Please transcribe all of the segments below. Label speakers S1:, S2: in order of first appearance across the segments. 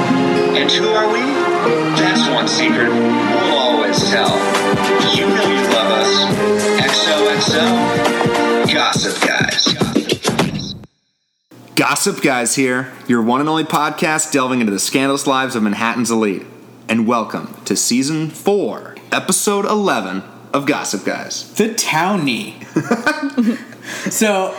S1: And who are we? That's one secret we'll always tell. You know you love us. XOXO, Gossip Guys.
S2: Gossip Guys here, your one and only podcast delving into the scandalous lives of Manhattan's elite. And welcome to season four, episode 11 of Gossip Guys.
S3: The townie. so,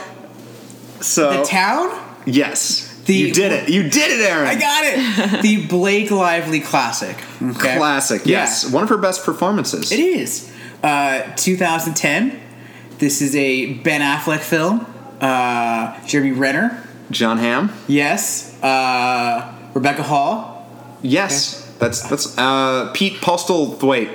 S2: So,
S3: the town?
S2: yes,
S3: The-
S2: you did it. You did it, Aaron.
S3: I got it. the Blake Lively classic. okay?
S2: Classic,
S3: Yeah.
S2: yes. One of her best performances.
S3: It is. Uh, 2010. This is a Ben Affleck film. Uh, Jeremy Renner.
S2: John Hamm.
S3: Yes. Uh, Rebecca Hall.
S2: Yes, that's that's uh, Pete Postlethwaite.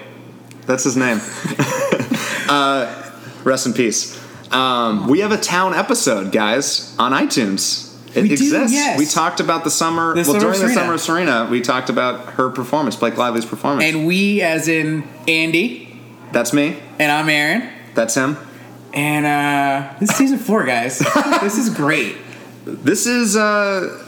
S2: That's his name. uh, rest in peace. Um, we have a town episode, guys, on iTunes. It
S3: We do,
S2: exists.
S3: yes.
S2: We talked about the summer.
S3: The
S2: well,
S3: summer of
S2: during the
S3: Serena.
S2: summer of Serena, we talked about her performance, Blake Lively's performance.
S3: And we, as in Andy,
S2: that's me.
S3: and I'm Aaron.
S2: That's him.
S3: And uh, this is season four, guys. this is great.
S2: This is. Uh,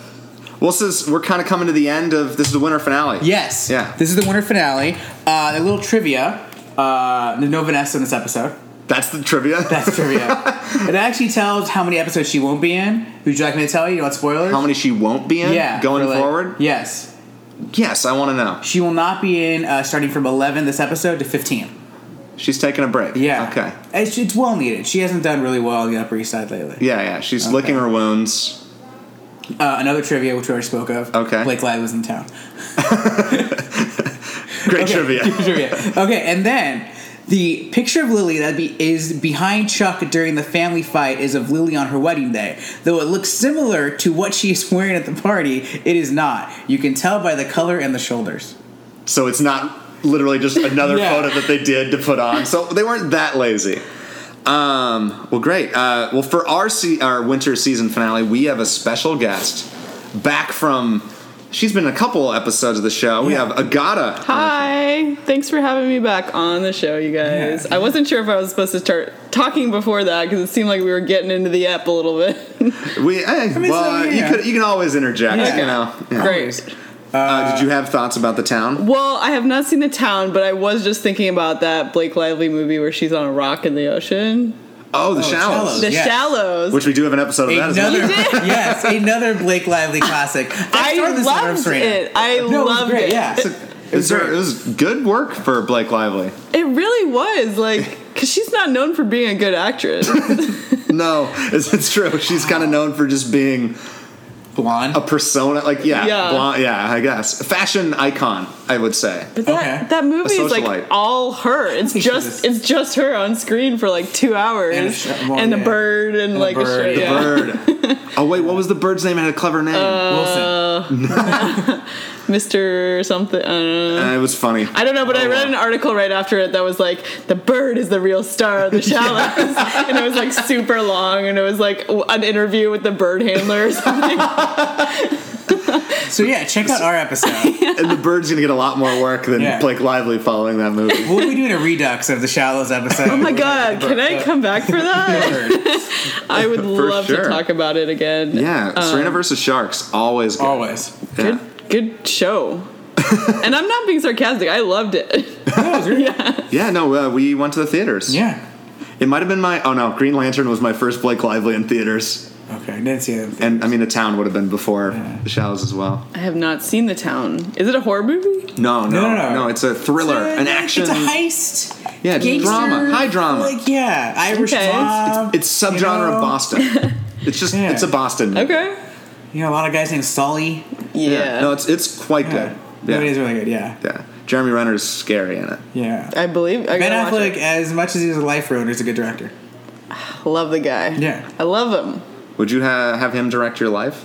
S2: well, this is we're kind of coming to the end of this is the winter finale.
S3: Yes.
S2: Yeah.
S3: This is the winter finale. Uh, a little trivia. Uh, there's no Vanessa in this episode.
S2: that's the trivia.
S3: That's trivia. it actually tells how many episodes she won't be in. Would you like me to tell you? You want spoilers?
S2: How many she won't be in
S3: Yeah.
S2: going
S3: for, like-
S2: forward?
S3: Yes.
S2: Yes, I want to know.
S3: She will not be in uh, starting from 11 this episode to 15.
S2: She's taking a break.
S3: Yeah.
S2: Okay.
S3: It's, it's well needed. She hasn't done really well on the Upper East Side lately.
S2: Yeah, yeah. She's licking her wounds.
S3: Uh, another trivia, which we already spoke of.
S2: Okay.
S3: Blake Lively was in town.
S2: Great
S3: Okay.
S2: trivia.
S3: trivia. Okay, and then the picture of Lily that be, is behind Chuck during the family fight is of Lily on her wedding day. Though it looks similar to what she is wearing at the party, it is not. You can tell by the color and the shoulders.
S2: so it's not literally just another
S3: Yeah.
S2: photo that they did to put on. So they weren't that lazy. Um, well, great. Uh, well, for our se- our winter season finale, we have a special guest back from. She's been in a couple episodes of the show. We
S3: Yeah.
S2: have Agata.
S4: Hi. Thanks for having me back on the show, you guys. I wasn't sure if I was supposed to start talking before that because it seemed like we were getting into the app a little bit.
S2: We eh,
S3: mean,
S2: well,
S3: so,
S2: you
S3: yeah.
S2: could you can always interject.
S3: Yeah.
S2: You know. Yeah.
S4: Great.
S2: Uh, did you have thoughts about the town?
S4: Well, I have not seen The Town, but I was just thinking about that Blake Lively movie where she's on a rock in the ocean.
S2: Oh, the shallows.
S3: Shallows.
S4: The
S3: Yes.
S4: Shallows.
S2: Which we do have an episode of Oh, that as well.
S3: Another, yes, another Blake Lively classic. That
S4: I
S3: started the summer of
S4: loved
S3: Serena.
S4: it. I
S3: No, it was
S4: loved
S3: great,
S4: it.
S3: Yeah,
S4: it.
S2: Is there-
S3: great.
S2: It was good work for Blake Lively.
S4: really was. Like, because she's not known for being a good actress.
S2: No, it's, it's true. She's kind of known for just being
S3: blonde.
S4: Uh,
S2: a persona. Like, yeah,
S4: Yeah.
S2: blonde- yeah, I guess. Fashion icon, I would say.
S4: But that,
S3: Okay.
S4: that movie
S2: A
S4: is like
S2: socialite.
S4: all her. It's
S3: think she was-
S4: just it's just her on screen for like two hours,
S3: And a
S4: and,
S3: sh- well,
S4: the
S3: yeah.
S4: bird and, like
S3: bird.
S4: a sh-
S3: The
S4: yeah. Uh,
S2: Bird. oh, wait, what was the bird's name? It had a clever name.
S3: Wilson.
S4: Mister something. I don't know.
S2: Uh, it was funny.
S4: I don't know, but I
S2: Oh,
S4: read
S2: wow.
S4: an article right after it that was like, "The bird is the real star of the shallows," and it was like super long, and it was like w- an interview with the bird handler. Or something. Oh
S3: So yeah, check out our episode.
S2: and the bird's going to get a lot more work than
S3: Yeah.
S2: Blake Lively following that movie.
S3: we'll be doing a redux of the Shallows episode.
S4: oh my god, can I come back for that? I would love
S2: sure.
S4: to talk about it again.
S2: Yeah,
S4: Um,
S2: Serena versus Sharks, always good.
S3: Always.
S2: Yeah.
S4: good, good show. and I'm not being sarcastic. I loved it.
S2: Yeah, no, uh, we went to the theaters.
S3: Yeah.
S2: It might have been my, oh no, Green Lantern was my first Blake Lively in theaters.
S3: Okay, I didn't see them.
S2: And I mean, the town would have been before the shallows as well.
S4: I have not seen The Town. Is it a horror movie?
S2: No, no, no,
S3: No, no, no.
S2: it's a thriller, an action.
S3: It's a heist.
S2: Yeah, just
S3: Gangster,
S2: drama, high drama.
S3: Like yeah, Irish
S4: Okay.
S3: mob.
S2: It's subgenre
S3: know?
S2: of Boston. It's just
S3: Yeah.
S2: it's a Boston. movie.
S4: Okay.
S3: You know, a lot of guys named Sully.
S4: Yeah.
S2: No, it's it's quite
S3: Yeah.
S2: good. Yeah.
S3: No, it is really good. Yeah,
S2: yeah. Jeremy Renner's scary in it.
S3: yeah.
S4: I believe. I
S3: Ben
S4: gotta watch
S3: Affleck,
S4: it.
S3: as much as he's a life ruiner, is a good director.
S4: Love the guy.
S3: Yeah.
S4: I love him.
S2: Would you ha- have him direct your life?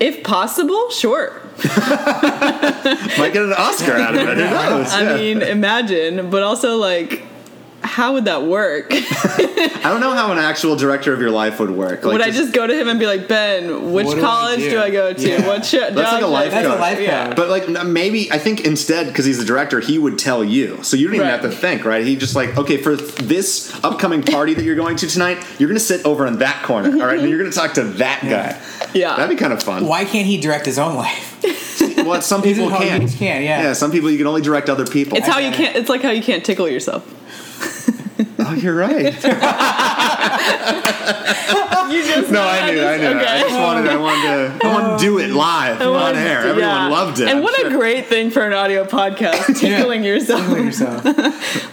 S4: If possible, sure.
S2: Might get an Oscar out of it. Who knows?
S4: I
S2: Yeah.
S4: mean, imagine, but also like, how would that work?
S2: I don't know how an actual director of your life would work. Like,
S4: would I just go to him and be like, Ben, which
S3: What do I
S4: college
S3: do?"
S4: do I go to?
S3: Yeah.
S4: What shit?
S2: That's like a life
S3: That's
S2: Good.
S3: a life
S4: Yeah.
S3: code.
S2: But like n- maybe I think instead because he's the director, he would tell you, so you don't even
S4: Right.
S2: have to think, right? He just like, okay, for th- this upcoming party that you're going to tonight, you're gonna sit over in that corner, all right, and you're gonna talk to that guy.
S4: Yeah.
S2: that'd be kind of fun.
S3: Why can't he direct his own life?
S2: Well, some
S3: Is it
S2: people
S3: how you
S2: can't.
S3: just can't, yeah.
S2: Yeah, some people you can only direct other people.
S4: It's how you
S3: get
S4: can't. It's like how you can't tickle yourself.
S2: oh, you're right.
S4: You just
S2: No, I knew, I knew. I just wanted, I wanted to, I wanted to do it live on air. Everyone loved it.
S4: And
S2: I'm
S4: what
S2: sure.
S4: a great thing for an audio podcast,
S3: Yeah.
S4: tickling yourself.
S3: yourself.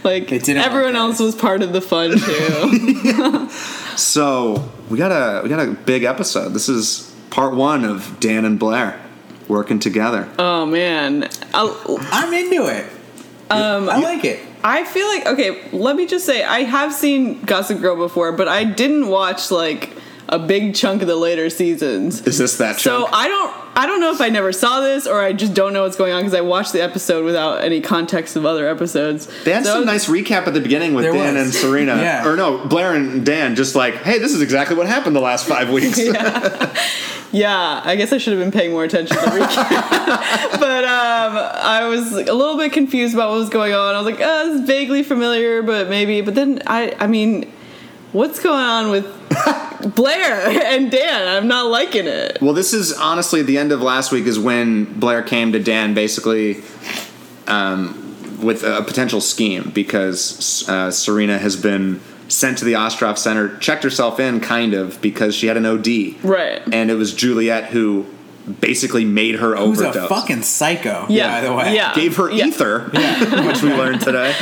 S4: Like
S3: It didn't
S4: everyone else was part of the fun too.
S2: So we got a we got a big episode. This is part one of Dan and Blair working together.
S4: oh man, I'll,
S3: I'm into it. Um, I like it.
S4: I feel like okay. Let me just say, I have seen Gossip Girl before, but I didn't watch like a big chunk of the later seasons.
S2: is this that
S4: So uh,
S2: chunk?
S4: I don't I don't know if I never saw this or I just don't know what's going on because I watched the episode without any context of other episodes.
S2: They had
S4: So
S2: some
S4: I
S2: nice recap at the beginning with
S3: There
S2: Dan
S3: was.
S2: and Serena,
S3: Yeah.
S2: or no, Blair and Dan, just like, hey, this is exactly what happened the last five weeks.
S4: was- yeah, I guess I should have been paying more attention to the recap. but um, I was like, a little bit confused about what was going on. I was like, uh it's vaguely familiar, but maybe. But then I I mean, what's going on with Blair and Dan? I'm not liking it.
S2: Well, this is honestly the end of last week is when Blair came to Dan basically um, with a potential scheme because uh, Serena has been sent to the Ostrov Center, checked herself in kind of because she had an OD.
S4: Right.
S2: And it was Juliet who basically made her
S3: Who's
S2: overdose.
S3: a fucking psycho?
S4: Yeah.
S3: By the way.
S4: Yeah.
S2: Gave
S3: Um,
S2: her ether, which we learned today,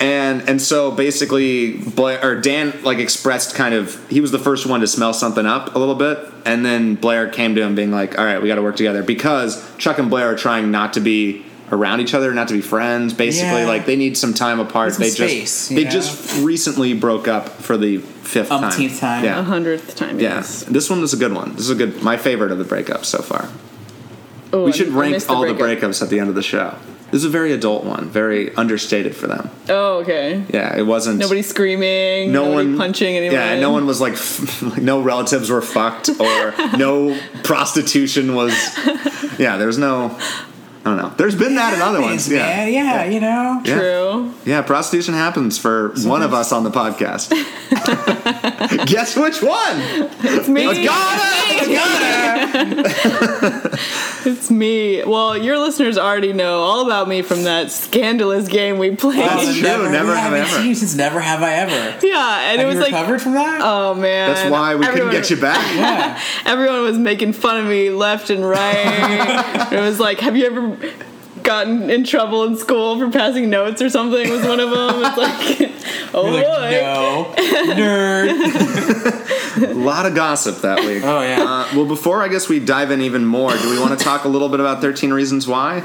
S2: and and so basically, Blair or Dan like expressed kind of he was the first one to smell something up a little bit, and then Blair came to him being like, "All right, we got to work together," because Chuck and Blair are trying not to be around each other, not to be friends. Basically,
S3: Yeah.
S2: like they need some time apart.
S3: Some
S2: they
S3: space,
S2: just
S3: you
S2: they
S3: know?
S2: just recently broke up for the fifth
S3: Umpteenth time. Uh-huh.
S2: Yeah,
S4: A hundredth time.
S2: yeah.
S4: yes.
S2: This one was a good one. This is a good my favorite of the breakups so far.
S4: Oh,
S2: We
S4: I-
S2: should
S4: I
S2: rank
S4: missed
S2: all the
S4: breakup.
S2: breakups at the end of the show. This is a very adult one, very understated for them.
S4: Oh, okay.
S2: Yeah, it wasn't.
S4: Nobody screaming.
S2: no
S4: nobody
S2: one
S4: punching anyone.
S2: Yeah, no one was like, like, no relatives were fucked or no prostitution was. Yeah, there's no. I don't know. There's been that in other ones.
S3: Happens, man. Yeah, you know.
S2: Yeah.
S4: True.
S2: Yeah, prostitution happens for one of us on the podcast. Guess which one?
S4: It's me.
S2: It's Ghana! It's Ghana!
S4: It's me. Well, your listeners already know all about me from that scandalous game we played.
S2: That's true. Never
S3: I
S2: have I
S3: haven't
S2: ever.
S3: seen you since never have I ever.
S4: yeah,
S3: Have
S4: and it was
S3: you
S4: like,
S3: recovered from that?
S4: oh man.
S2: That's why we couldn't
S4: Everyone-
S2: get you back.
S3: yeah.
S4: Everyone was making fun of me left and right. it was like, have you ever gotten in trouble in school for passing notes or something? Was one of them. It's like, oh
S3: You're
S4: boy.
S3: like, no, nerd.
S2: A lot of gossip that week.
S3: Oh yeah.
S2: Uh, well, before I guess we dive in even more, do we want to talk a little bit about 13 Reasons Why?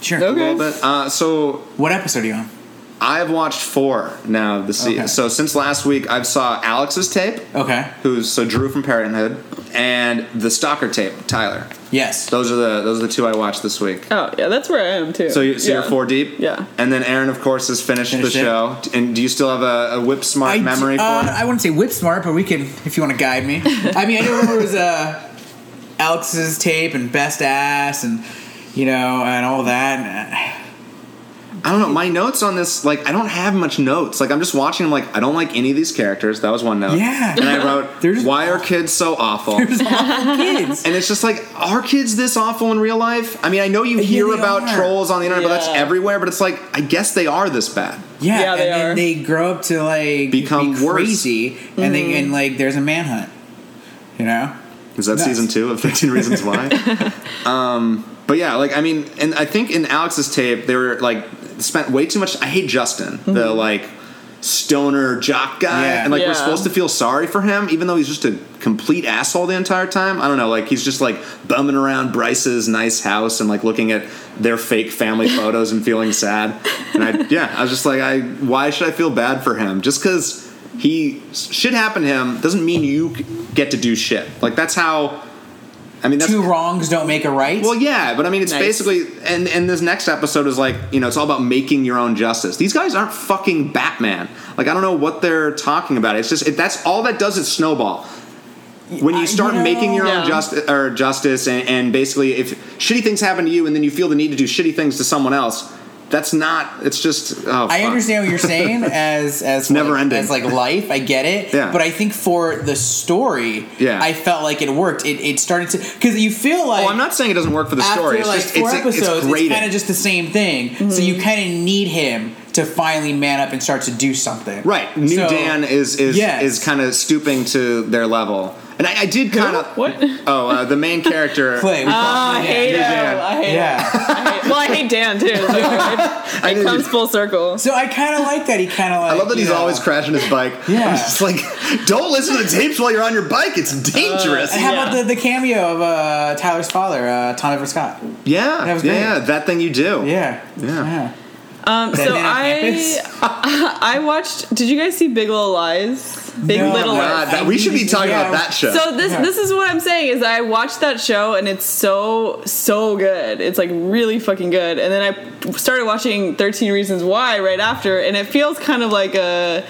S3: Sure.
S2: A
S4: Okay.
S2: little bit. Uh, so
S3: What episode are you on?
S2: I've watched four now of the season.
S3: Okay.
S2: So since last week, I've saw Alex's tape,
S3: Okay.
S2: who's so Drew from Parenthood, and the Stalker tape, Tyler.
S3: Yes.
S2: Those are the those are the two I watched this week.
S4: Oh yeah, that's where I am too.
S2: So, you, so
S4: yeah.
S2: you're four deep,
S4: Yeah.
S2: And then Aaron, of course, has finished,
S3: Finished
S2: the
S3: it.
S2: show. And do you still have a, a whip smart
S3: I d-
S2: memory
S3: uh,
S2: for it?
S3: I wouldn't say whip smart, but we can if you want to guide me. I mean, I know there was uh, Alex's tape and best ass and you know and all that. And, uh,
S2: I don't know. My notes on this, like, I don't have much notes. Like, I'm just watching. I'm like, I don't like any of these characters. That was one note.
S3: Yeah.
S2: And I wrote,
S3: They're just
S2: "Why are kids so awful?"
S3: there's awful kids.
S2: And it's just like, are kids this awful in real life? I mean, I know you hear
S3: they
S2: about
S3: are.
S2: trolls on the internet, but that's
S4: Yeah.
S2: everywhere. But it's like, I guess they are this bad.
S3: Yeah,
S4: Yeah,
S3: and
S4: they
S3: then
S4: are.
S3: they grow up to like
S2: Become worse.
S3: be
S2: Mm-hmm.
S3: crazy, and they and like there's a manhunt. You know,
S2: Is that
S3: Nuts.
S2: season two of 13 Reasons Why? um, but yeah, like, I mean, and I think in Alex's tape, they were like, spent way too much. I hate Justin, the like stoner jock guy.
S3: Yeah.
S2: And like, we're
S4: Yeah.
S2: supposed to feel sorry for him, even though he's just a complete asshole the entire time. I don't know. Like, he's just like bumming around Bryce's nice house and like looking at their fake family photos and feeling sad. And I, yeah, I was just like, I, why should I feel bad for him? Just because he shit happened to him doesn't mean you c- get to do shit. Like, that's how. I mean, that's
S3: two wrongs don't make a right.
S2: well, yeah, but I mean, it's
S4: Nice.
S2: basically, and and this next episode is like, you know, it's all about making your own justice. These guys aren't fucking Batman. Like, I don't know what they're talking about. It's just it, that's all that does is snowball. When
S3: I-
S2: you start
S3: you know-
S2: making your own
S4: Yeah.
S2: justice or justice, and, and basically, if shitty things happen to you, and then you feel the need to do shitty things to someone else, That's not. It's just. Oh,
S3: I
S2: fuck.
S3: understand what you're saying as as like,
S2: never-ending.
S3: as like life. I get it.
S2: Yeah.
S3: But I think for the story,
S2: Yeah.
S3: I felt like it worked. It, it started to because you feel like
S2: Oh, I'm not saying it doesn't work for the
S3: after
S2: story. It's
S3: like
S2: just
S3: four
S2: it's, it's Mm.
S3: episodes, it's,
S2: grating.
S3: kind of just the same thing. So you kind of need him to finally man up and start to do something.
S2: Right. New
S3: So-
S2: Dan is is
S3: Yes.
S2: is kind of stooping to their level, and I, I did kind of
S4: What?
S2: Oh, uh, the main character.
S3: Clay. We call
S4: Ah, Oh, I
S3: him Dan.
S4: hate him.
S2: Dan.
S4: I hate him.
S3: Yeah.
S4: I hate- well, I hate Dan too. so
S2: I
S4: it
S2: didn't-
S4: comes full circle.
S3: so I kind of like that. He kind of like.
S2: I love that
S3: you
S2: he's
S3: know,
S2: always crashing his bike.
S3: Yeah. Uh,
S2: I'm just like, don't listen to the tapes while you're on your bike. It's dangerous.
S3: And how
S4: Yeah.
S3: about the, the cameo of uh, Tyler's father, uh, Toniver Scott?
S2: yeah,
S3: That was
S2: yeah,
S3: great.
S2: yeah, that thing you do.
S3: Yeah.
S2: Yeah.
S4: Um, so
S3: Dan on
S4: I,
S3: campus?
S4: I watched. Did you guys see Big Little Lies? Big
S3: No.
S4: Little
S3: No,
S4: Lies.
S2: God, Uh, that, we should be talking
S3: Yeah.
S2: about that show.
S4: So this
S3: Yeah.
S4: this is what I'm saying is I watched that show and it's so so good. It's like really fucking good. And then I started watching 13 Reasons Why right after and it feels kind of like a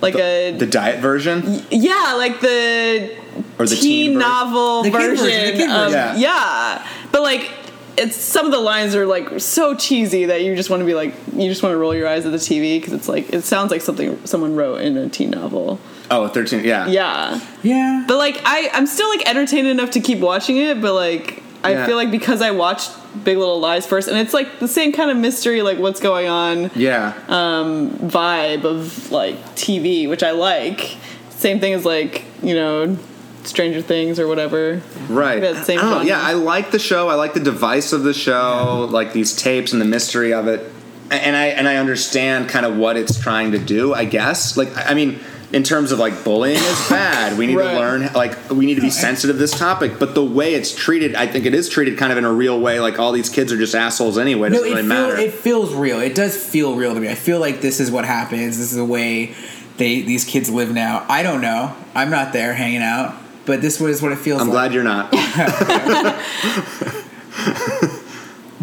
S4: like a
S2: the diet version,
S4: yeah, like the
S2: or the
S4: teen
S2: version?
S4: novel
S3: The kid
S4: version,
S3: version, the kid
S4: of-
S3: version.
S2: Yeah.
S4: yeah. But like it's some of the lines are like so cheesy that you just want to be like you just want to roll your eyes at the TV because it's like it sounds like something someone wrote in a teen novel.
S2: Oh, 13, yeah.
S4: Yeah.
S3: Yeah.
S4: But like I, I'm still like entertained enough to keep watching it, but like I
S2: Yeah.
S4: feel like because I watched Big Little Lies first and it's like the same kind of mystery, like what's going on
S2: Yeah.
S4: vibe of like TV, which I like. Same thing as like, you know, Stranger Things or whatever.
S2: right.
S4: that same
S2: I don't know,
S4: genre.
S2: yeah, I like the show. I like the device of the show, like these tapes and the mystery of it. A- And I and I understand kind of what it's trying to do. I guess. Like I I mean, in terms of like bullying is bad. We need
S4: Right.
S2: to learn. Like we need to be sensitive to this topic. But the way it's treated, I think it is treated kind of in a real way. Like all these kids are just assholes anyway. It
S3: No,
S2: doesn't
S3: it,
S2: really
S3: feel,
S2: matter.
S3: it feels real. It does feel real to me. I feel like this is what happens. This is the way they these kids live now. I don't know. I'm not there hanging out, but this was what it feels
S2: I'm
S3: like.
S2: glad you're not.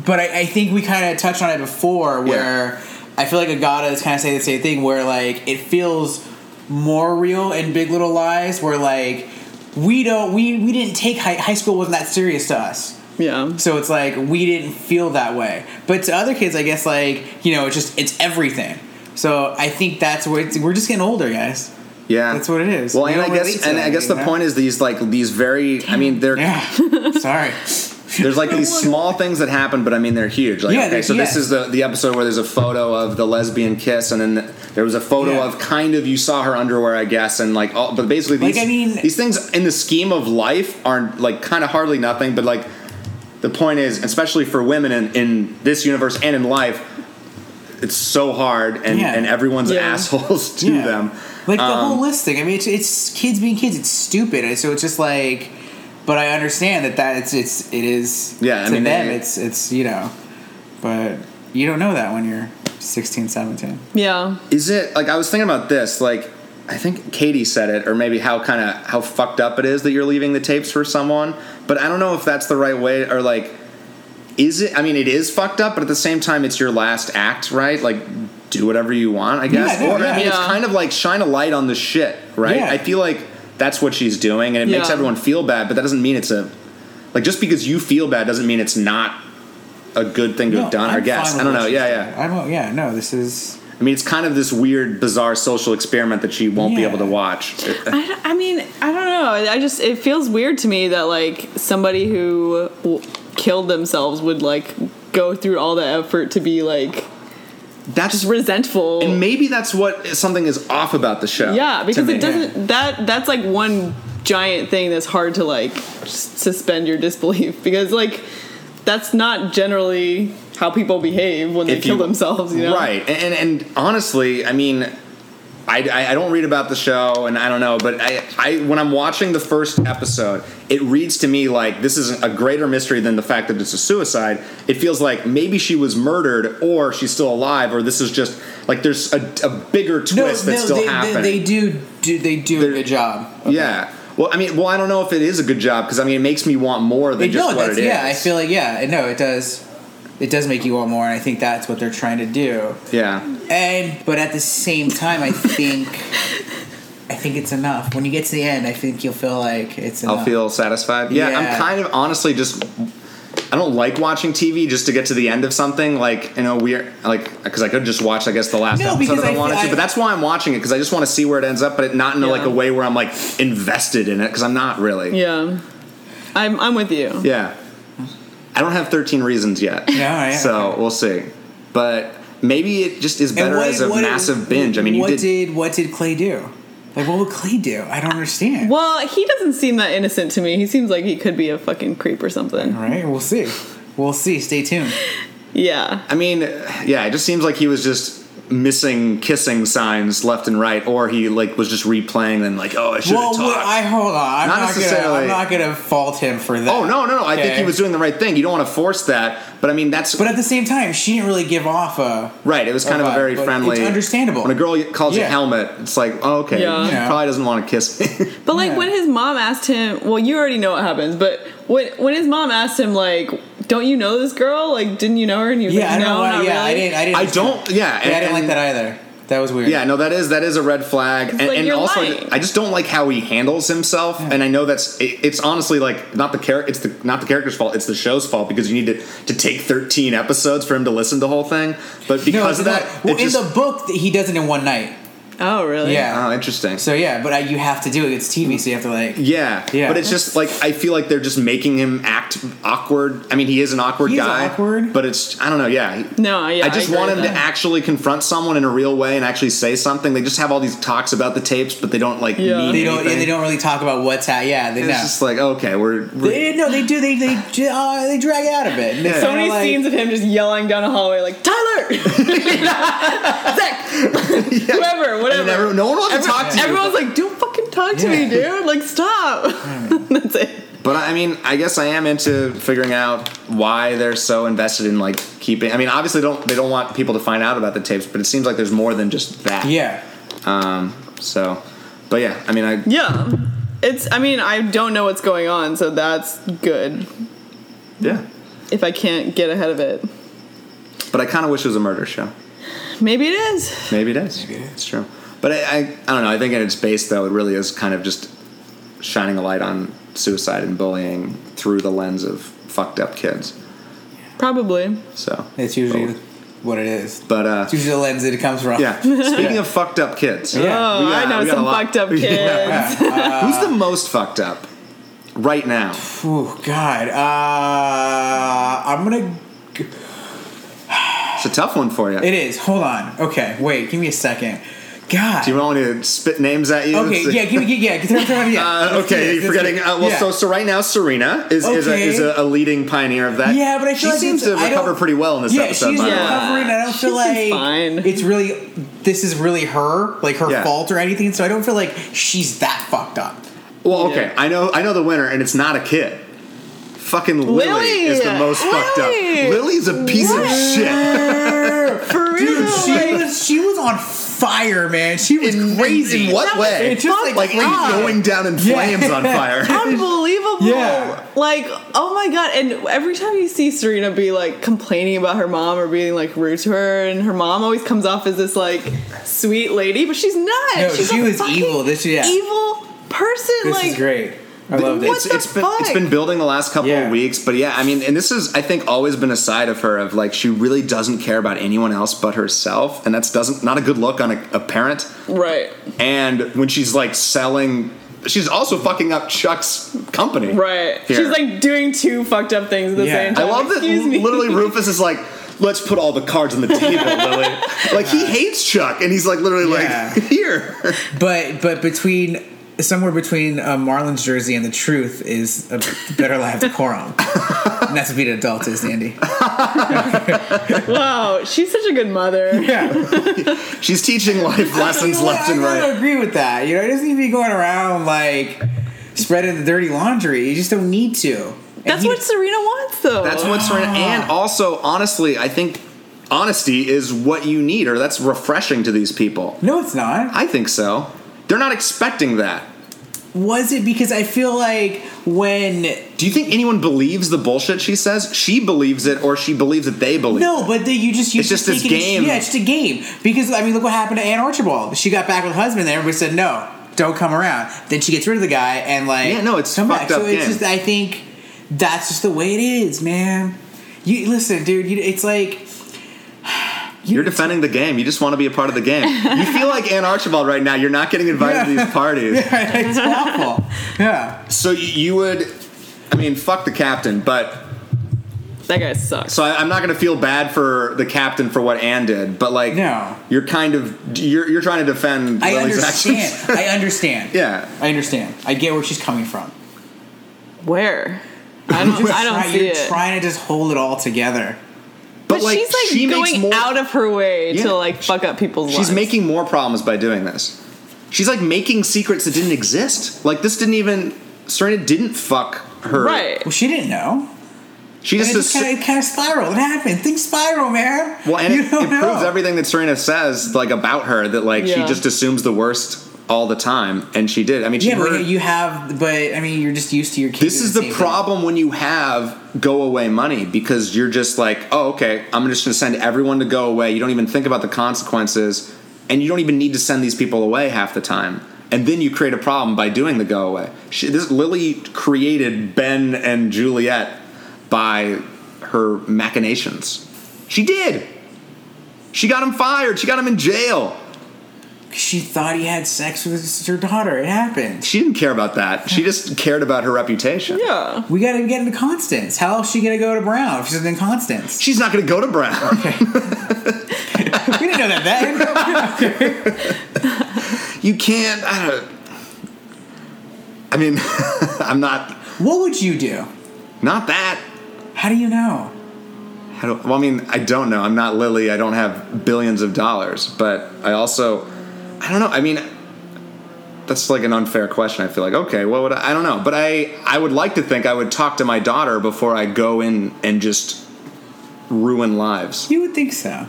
S3: but I, I think we kind of touched on it before where I feel like Agata is kind of saying the same thing where like it feels more real in Big Little Lies where like we don't we we didn't take high, high school wasn't that serious to us.
S4: Yeah.
S3: So it's like we didn't feel that way. But to other kids, I guess like you know, it's just it's everything. So I think that's where it's, we're just getting older, guys.
S2: Yeah,
S3: That's what it is.
S2: Well,
S3: We
S2: and I
S3: don't relate
S2: guess
S3: to
S2: and I
S3: that,
S2: guess the
S3: you know?
S2: point is these like these very. I mean, they're
S3: Yeah. Sorry.
S2: There's like these small things that happen, but I mean they're huge. Like
S3: Yeah,
S2: okay,
S3: they-
S2: so this
S3: yeah.
S2: is the the episode where there's a photo of the lesbian kiss, and then th- there was a photo
S3: Yeah.
S2: of kind of you saw her underwear, I guess, and like all. But basically, these
S3: Like, I mean-
S2: these things in the scheme of life are like kind of hardly nothing. But like the point is, especially for women in, in this universe and in life, it's so hard, and
S3: Yeah.
S2: and everyone's
S4: Yeah.
S2: assholes to
S3: Yeah.
S2: them. Um,
S3: Like the whole list thing. I mean, it's, it's kids being kids. It's stupid. And So it's just like, but I understand that that it's it's it is.
S2: Yeah, I
S3: To
S2: mean,
S3: them,
S2: they-
S3: it's it's you know, but you don't know that when you're 16, 17.
S4: Yeah.
S2: Is it like I was thinking about this? Like I think Katie said it, or maybe how kind of how fucked up it is that you're leaving the tapes for someone. But I don't know if that's the right way, or like, is it? I mean, it is fucked up, but at the same time, it's your last act, right? Like, do whatever you want, I guess.
S3: Yeah, no,
S2: or I mean,
S4: yeah.
S2: it's
S4: Yeah.
S2: kind of like shine a light on the shit, right?
S3: Yeah.
S2: I feel like that's what she's doing, and it makes
S4: Yeah.
S2: everyone feel bad. But that doesn't mean it's a like just because you feel bad doesn't mean it's not a good thing to have done. I guess I don't know. Yeah, yeah.
S3: I don't. Yeah, no. This is.
S2: I mean, it's kind of this weird, bizarre social experiment that you won't be
S3: Yeah.
S2: able to watch.
S4: I, d- I mean, I don't know. I I just, it feels weird to me that like somebody who w- killed themselves would like go through all the effort to be like
S2: That's
S4: resentful.
S2: and maybe that's what something is off about the show.
S4: yeah,
S2: to
S4: because
S2: me.
S4: it doesn't, that, that's like one giant thing that's hard to like s- suspend your disbelief because like that's not generally how people behave when they
S2: If
S4: kill
S2: you-
S4: themselves, you know?
S2: Right, and, and and honestly, I mean, I, I I don't read about the show, and I don't know, but I I when I'm watching the first episode, it reads to me like this is a greater mystery than the fact that it's a suicide. It feels like maybe she was murdered, or she's still alive, or this is just like there's a, a bigger twist
S3: No,
S2: that's
S3: no,
S2: still
S3: they,
S2: happening.
S3: they, they do do they do
S2: They're-
S3: a good job.
S2: Yeah. Well, I mean, well, I don't know if it is a good job because I mean, it makes me want more than
S3: It-
S2: just
S3: no,
S2: what
S3: that's
S2: it is.
S3: yeah. I feel like yeah. No, it does. It does make you want more, and I think that's what they're trying to do.
S2: Yeah.
S3: And but at the same time, I think I think it's enough. When you get to the end, I think you'll feel like it's enough.
S2: I'll feel satisfied. Yeah,
S3: Yeah.
S2: I'm kind of honestly just I don't like watching TV just to get to the end of something. Like you know, we're like because I could just watch, I guess, the last
S3: No,
S2: episode
S3: because
S2: if I
S3: I-
S2: wanted
S3: I-
S2: to. But that's why I'm watching it because I just want to see where it ends up, but not in a, like
S4: Yeah.
S2: a way where I'm like invested in it because I'm not really.
S4: Yeah. I'm, I'm with you.
S2: Yeah. I don't have 13 reasons yet.
S3: Yeah, yeah.
S2: So we'll see. But maybe it just is better as a massive binge. I mean, you
S3: what
S2: did.
S3: what did Clay do? Like, what would Clay do? I don't understand.
S4: Well, he doesn't seem that innocent to me. He seems like he could be a fucking creep or something.
S2: Uh-huh.
S3: All right, we'll see. We'll see. Stay tuned.
S4: Yeah.
S2: I mean, yeah, it just seems like he was just missing kissing signs left and right, or he like was just replaying them, like, oh, I should
S3: Well,
S2: have
S3: well,
S2: talked.
S3: I hold on.
S2: Not
S3: I'm not, gonna.
S2: necessarily-
S3: I'm not gonna fault him for that.
S2: oh no, no, no! I think
S3: Okay.
S2: he was doing the right thing. You don't want to force that, but I mean, that's
S3: But at the same time, she didn't really give off a.
S2: right. It was kind of a
S3: Okay,
S2: very
S3: but
S2: friendly,
S3: it's understandable.
S2: When a girl calls
S3: Yeah.
S2: you helmet, it's like, oh, okay,
S4: Yeah.
S2: she
S3: Yeah.
S2: probably doesn't want to kiss me.
S4: But like
S3: Yeah.
S4: when his mom asked him, well, you already know what happens. But when when his mom asked him, like, don't you know this girl? Like, didn't you know her? And he was
S3: Yeah,
S4: like,
S3: I don't
S4: no,
S3: know why.
S4: not
S3: Yeah,
S4: really.
S3: I didn't. I didn't.
S2: I
S3: understand.
S2: don't. Yeah,
S3: Yeah, I didn't
S2: and-
S3: like that either. That was weird.
S2: Yeah, no, that is that is a red flag, and,
S4: like
S2: and
S4: you're
S2: also
S4: lying.
S2: I just don't like how he handles himself. And I know that's it, it's honestly like not the character, it's the not the character's fault, it's the show's fault because you need to to take thirteen episodes for him to listen to the whole thing. But
S3: No,
S2: because of
S3: it's not-
S2: that,
S3: well,
S2: it just
S3: in the book, th- he does it in one night.
S4: Oh, really?
S3: Yeah.
S2: oh, interesting.
S3: So yeah, but uh, you have to do it. It's TV, so you have to like.
S2: yeah,
S3: Yeah.
S2: but it's just like I feel like they're just making him act awkward. I mean, he is an awkward
S3: He is
S2: guy,
S3: awkward.
S2: but it's I don't know. Yeah,
S4: No, yeah.
S2: I just
S4: agree
S2: want
S4: with
S2: him to
S4: that.
S2: actually confront someone in a real way and actually say something. They just have all these talks about the tapes, but they don't like
S4: Yeah.
S2: mean
S3: They don't.
S2: anything.
S3: They don't really talk about what's at. Yeah, they
S2: It's
S3: know.
S2: just like okay, we're, we're
S3: They, no, they do. They they uh, they drag out of it. And they
S2: Yeah.
S3: kinda
S4: So many
S3: like-
S4: scenes of him just yelling down a hallway like Tyler, Zach, whoever, whatever.
S2: And then everyone- no one wants to
S4: Everyone-
S2: talk to you.
S4: Everyone's like, "Don't fucking talk to me, dude! Like, stop."
S2: Hmm.
S4: That's it.
S2: But I mean, I guess I am into figuring out why they're so invested in like keeping. I mean, obviously, don't they don't want people to find out about the tapes, but it seems like there's more than just that.
S3: Yeah.
S2: Um. So, but yeah, I mean, I
S4: Yeah, it's. I mean, I don't know what's going on, so that's good.
S2: yeah.
S4: If I can't get ahead of it,
S2: But I kind of wish it was a murder show.
S4: maybe it is.
S2: Maybe it is.
S3: Maybe it is.
S2: It's true. But I, I, I don't know. I think at its base, though, it really is kind of just shining a light on suicide and bullying through the lens of fucked up kids.
S4: Probably.
S2: So
S3: It's usually
S2: But,
S3: what it is.
S2: Oh. but uh,
S3: It's usually the lens that it comes from.
S2: yeah. Speaking of fucked up kids,
S3: Yeah.
S4: Oh,
S2: We got-
S4: I know
S2: we got a
S4: some
S2: lot.
S4: fucked up
S2: Yeah.
S4: kids.
S3: Yeah. Uh,
S2: Who's the most fucked up right now?
S3: oh God. Uh, I'm gonna. g-
S2: It's a tough one for you.
S3: It is. Hold on. Okay. Wait. Give me a second. God.
S2: Do you want me to spit names at you?
S3: okay.
S2: It's-
S3: Yeah. Give me. Yeah. Throw, throw, yeah.
S2: Uh,
S3: Let's
S2: okay,
S3: do
S2: you're
S3: this, let's do
S2: forgetting.
S3: this.
S2: Uh, well,
S3: Yeah.
S2: so, so right now, Serena is is, a,
S3: Okay.
S2: is a, a leading pioneer of that.
S3: Yeah, but I feel
S2: she
S3: like
S2: seems to
S3: it's- I don't-
S2: recover pretty well in this
S3: yeah,
S2: episode.
S3: she's
S2: by the way.
S3: recovering. I don't
S4: She
S3: feel like
S4: seems fine.
S3: it's really this is really her, like her
S2: Yeah.
S3: fault or anything. So I don't feel like she's that fucked up.
S2: Well, okay,
S4: Yeah.
S2: I know I know the winner, and it's not a kid. Fucking Lily,
S4: Lily!
S2: is the most fucked up.
S4: Lily!
S2: Lily's a piece of shit.
S4: For real.
S3: Dude, she
S4: like-
S3: was she was on fire, man. She was
S2: In,
S3: crazy.
S2: in, in what
S4: That was
S2: way?
S3: It's just like,
S2: like
S3: crazy.
S2: Lily going down in
S3: Yeah.
S2: flames on fire.
S4: Unbelievable.
S3: Yeah.
S4: Like, oh my god. And every time you see Serena be like complaining about her mom or being like rude to her, and her mom always comes off as this like sweet lady, but she's not.
S3: No,
S4: she's
S3: she
S4: a
S3: was
S4: fucking
S3: evil. This- yeah.
S4: evil person.
S3: This
S4: like
S3: is great. I love
S4: What
S2: it's,
S3: this.
S4: the
S2: it's been it's
S4: fuck?
S2: been building the last couple
S3: Yeah.
S2: of weeks, but yeah, I mean, and this is I think always been a side of her of like she really doesn't care about anyone else but herself, and that's doesn't not a good look on a, a parent.
S4: Right.
S2: And when she's like selling, she's also fucking up Chuck's company.
S4: Right.
S2: here.
S4: She's like doing two fucked up things at the
S3: Yeah.
S4: same
S2: I
S4: time.
S2: love that.
S4: Excuse me.
S2: Literally, Rufus is like, "Let's put all the cards on the table, Lily." Like he hates Chuck, and he's like, literally,
S3: Yeah.
S2: like, "Here."
S3: But but between somewhere between uh, Marlon's jersey and the truth is a better life decorum. and that's what being an adult is, Andy.
S4: Wow. She's such a good mother.
S3: Yeah.
S2: She's teaching life lessons
S3: I
S2: left and
S3: I
S2: right.
S3: gotta agree with that. You know, it doesn't need to be going around like spreading the dirty laundry. You just don't need to. And
S4: That's
S3: he-
S4: what Serena wants though.
S2: That's what's Serena. And also, honestly, I think honesty is what you need, or that's refreshing to these people.
S3: No, it's not.
S2: I think so. They're not expecting that.
S3: Was it because I feel like when
S2: Do you think anyone believes the bullshit she says? She believes it, or she believes that they believe. it.
S3: no, but the, you just you
S2: It's just
S3: think
S2: this
S3: it-
S2: game.
S3: yeah, it's just a game. Because I mean, look what happened to Anne Archibald. She got back with her husband, and everybody said no, don't come around. Then she gets rid of the guy, and like
S2: Yeah, no, it's
S3: come
S2: fucked
S3: back.
S2: up
S3: so it's
S2: game.
S3: just I think That's just the way it is, man. You listen, dude. You, it's like
S2: You're defending the game. You just want to be a part of the game. You feel like Ann Archibald right now. You're not getting invited to these parties.
S3: it's awful. Yeah.
S2: So you, you would, I mean, fuck the captain, but
S4: That guy sucks.
S2: so I, I'm not going to feel bad for the captain for what Ann did, but like,
S3: No.
S2: you're kind of you're you're trying to defend.
S3: I
S2: Lily's actions.
S3: understand. I understand.
S2: yeah,
S3: I understand. I get where she's coming from.
S4: Where? I don't.
S3: You're
S4: I don't
S3: try-
S4: see
S3: you're
S4: it.
S3: trying to just hold it all together.
S4: but she's like
S2: she makes
S4: going
S2: more-
S4: out of her way
S2: Yeah.
S4: to like fuck up people's lives.
S2: She's making more problems by doing this. She's like making secrets that didn't exist. Like this didn't even Serena didn't fuck her.
S4: right.
S3: Well, she didn't know.
S2: She
S3: And
S2: just,
S3: it just
S2: assu-
S3: kind of, kind of spiraled. It happened. Things spiral, man.
S2: well, and
S3: you
S2: it, it proves everything that Serena says like about her that like she
S4: Yeah.
S2: just assumes the worst all the time, and she did. I mean, she
S3: Yeah, but
S2: heard-
S3: you have. But I mean, you're just used to your kids.
S2: this
S3: doing
S2: is the
S3: same thing.
S2: problem when you have go away money because you're just like, oh, okay, I'm just going to send everyone to go away. You don't even think about the consequences, and you don't even need to send these people away half the time. And then you create a problem by doing the go away. She, this Lily created Ben and Juliet by her machinations. She did. She got him fired. She got him in jail.
S3: She thought he had sex with his, her daughter. It happened.
S2: She didn't care about that. She just cared about her reputation.
S4: Yeah.
S3: We got to get into Constance. How else she gonna go to Brown if she's in Constance?
S2: She's not going to go to Brown.
S3: we didn't know that then.
S2: you can't. I don't. I mean, I'm not
S3: what would you do?
S2: not that.
S3: How do you know?
S2: I don't, well, I mean, I don't know. I'm not Lily. I don't have billions of dollars, but I also, I don't know. I mean, that's like an unfair question. I feel like okay, what would I, I don't know, but I I would like to think I would talk to my daughter before I go in and just ruin lives.
S3: You would think so,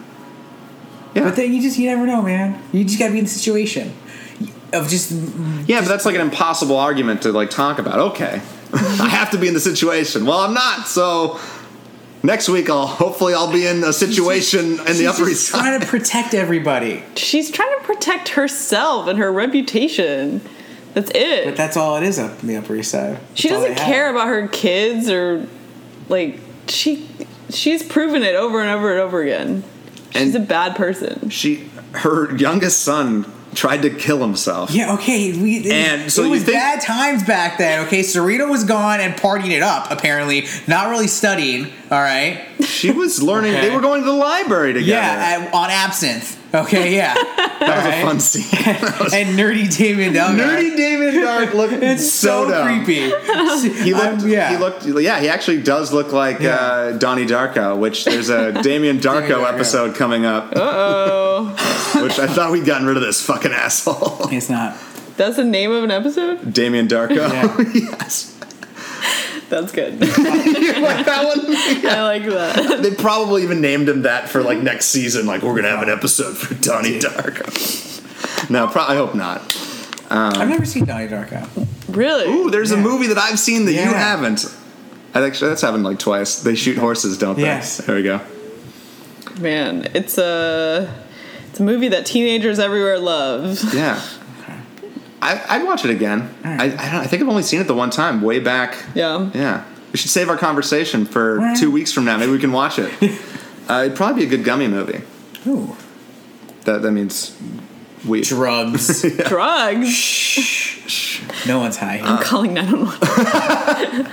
S2: Yeah,
S3: but then you just you never know, man. You just gotta be in the situation of just
S2: yeah, but that's like an impossible argument to like talk about. Okay, I have to be in the situation. Well, I'm not. So next week, I'll hopefully I'll be in a situation in the
S3: she's
S2: Upper East
S3: just
S2: Side.
S3: trying to protect everybody.
S4: She's trying to protect herself and her reputation. That's it.
S3: But that's all it is up in the Upper East Side.
S4: she
S3: That's all
S4: doesn't
S3: they have.
S4: care about her kids or like she she's proven it over and over and over again she's
S2: And-
S4: a bad person
S2: She, her youngest son, tried to kill himself.
S3: Yeah, okay. We, it,
S2: And so
S3: it
S2: you
S3: was
S2: think-
S3: bad times back then, okay? Serena was gone and partying it up, apparently. Not really studying, all right?
S2: She was learning.
S3: Okay.
S2: They were going to the library together.
S3: Yeah, I- on absinthe, okay? Yeah.
S2: that was a
S3: right.
S2: fun scene. That was-
S3: and nerdy Damon Duggar.
S2: Nerdy David Dark looked
S3: It's so,
S2: so, dumb.
S3: creepy. Um,
S2: He looked,
S3: yeah.
S2: he looked, yeah, he actually does look like
S3: Yeah.
S2: uh, Donnie Darko, which there's a Damien Darko,
S3: Darko.
S2: episode coming up,
S4: oh
S2: which I thought we'd gotten rid of this fucking asshole.
S3: It's not.
S4: that's the name of an episode
S2: Damien Darko.
S3: Yeah.
S2: yes.
S4: that's good
S2: You're like that one.
S4: i like that
S2: They probably even named him that for like next season. Like we're gonna have an episode for Donnie Darko. no, pro- I hope not.
S3: I've never seen Donnie Darko.
S4: really
S2: Ooh, there's
S3: Yeah.
S2: a movie that I've seen that you
S3: Yeah.
S2: haven't. I think that's happened like twice. They shoot horses, don't they?
S3: Yes.
S2: There we go.
S4: man it's a it's a movie that teenagers everywhere love
S2: Yeah. I, I'd watch it again.
S3: Alright.
S2: I, I, don't, I think I've only seen it the one time, way back.
S4: yeah
S2: Yeah. We should save our conversation for
S3: Alright.
S2: two weeks from now. Maybe we can watch it. uh, it'd probably be a good gummy movie.
S3: Ooh.
S2: That that means we.
S3: Drugs.
S4: drugs
S3: no one's high.
S2: Uh,
S3: here.
S4: i'm calling 911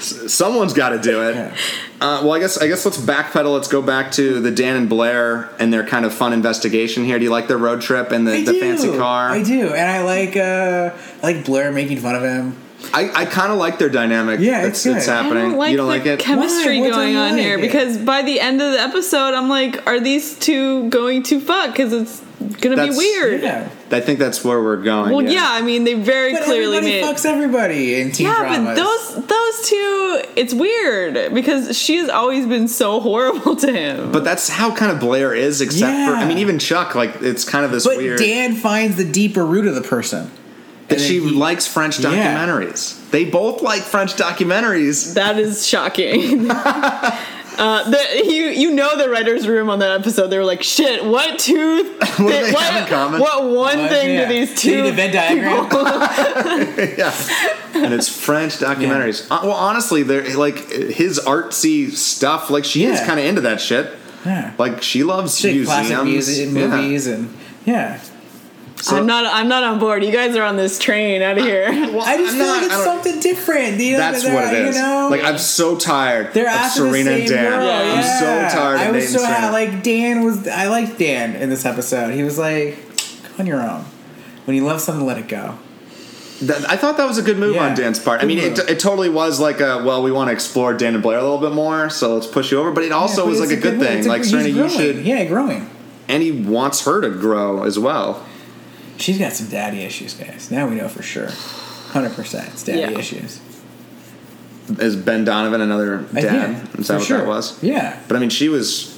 S2: Someone's got to do it.
S3: Yeah.
S2: Uh, well, I guess I guess let's backpedal. Let's go back to the Dan and Blair and their kind of fun investigation here. Do you like their road trip and the,
S3: I
S2: the
S3: do.
S2: fancy car?
S3: I do. And I like uh I like Blair making fun of him.
S2: I, I kind of like their dynamic.
S3: Yeah,
S2: that's,
S3: it's good.
S2: that's
S3: I
S4: I
S2: happening.
S4: don't like
S2: you don't
S4: the
S2: like it?
S4: chemistry
S3: Why? What don't
S4: going
S3: you
S4: on
S3: like
S4: here
S3: it?
S4: because by the end of the episode, I'm like, are these two going to fuck? Because it's gonna
S2: That's-
S4: be weird.
S3: Yeah.
S2: I think that's where we're going.
S4: Well, yeah. I mean, they very
S3: But
S4: clearly
S3: everybody
S4: made.
S3: fucks everybody in teen
S4: yeah, but
S3: dramas.
S4: those those two, it's weird because she has always been so horrible to him.
S2: But that's how kind of Blair is, except for
S3: Yeah.
S2: I mean, even Chuck, like it's kind of this
S3: But
S2: weird
S3: Dan finds the deeper root of the person.
S2: that she likes French
S3: Yeah.
S2: documentaries. They both like French documentaries.
S4: that is shocking. Uh, the, you you know the writers' room on that episode. They were like, "Shit, what two?
S2: do
S4: thi-
S2: they have in
S4: what,
S2: common?
S4: what one
S3: But,
S4: thing
S3: yeah.
S4: do these
S3: They
S4: two
S3: need a Venn diagram.
S2: yeah, and it's French documentaries. Uh, well, honestly, they're like his artsy stuff. Like she is
S3: Yeah.
S2: kind of into that shit.
S3: Yeah.
S2: Like she loves
S3: Shit,
S2: museums,
S3: classic music and
S2: Yeah.
S3: movies and yeah.
S2: So-
S4: I'm not. I'm not on board. You guys are on this train out of here.
S2: Well,
S3: I just
S2: I'm
S3: feel
S2: not-
S3: like
S2: I
S3: it's
S2: don't-
S3: something different. You know,
S2: That's
S3: they're-
S2: what it
S3: you
S2: is.
S3: know?
S2: Like I'm so tired
S3: They're
S2: of
S3: after
S2: Serena
S3: the same
S2: and Dan.
S3: Girl.
S4: Yeah.
S2: I'm so tired of
S3: I was
S2: Nate and
S3: so
S2: Serena.
S3: ha- like Dan was. I liked Dan in this episode. He was like, "Go on your own. When you love something, let it go."
S2: Th- I thought that was a good move
S3: Yeah.
S2: on Dan's part. I
S3: Good
S2: mean, it,
S3: move.
S2: it totally was like a well, we want to explore Dan and Blair a little bit more, so let's push you over. But it also
S3: Yeah, but
S2: was
S3: it's
S2: like a good
S3: move.
S2: thing.
S3: It's a-
S2: Like
S3: he's
S2: Serena, you
S3: growing.
S2: should,
S3: Yeah, growing.
S2: and he wants her to grow as well.
S3: She's got some daddy issues, guys. Now we know for sure. Hundred percent, it's daddy
S4: Yeah.
S3: issues.
S2: Is Ben Donovan another
S3: I
S2: dad?
S3: think,
S2: Is that
S3: Uh, for
S2: what
S3: sure.
S2: that was?
S3: Yeah.
S2: But I mean, she was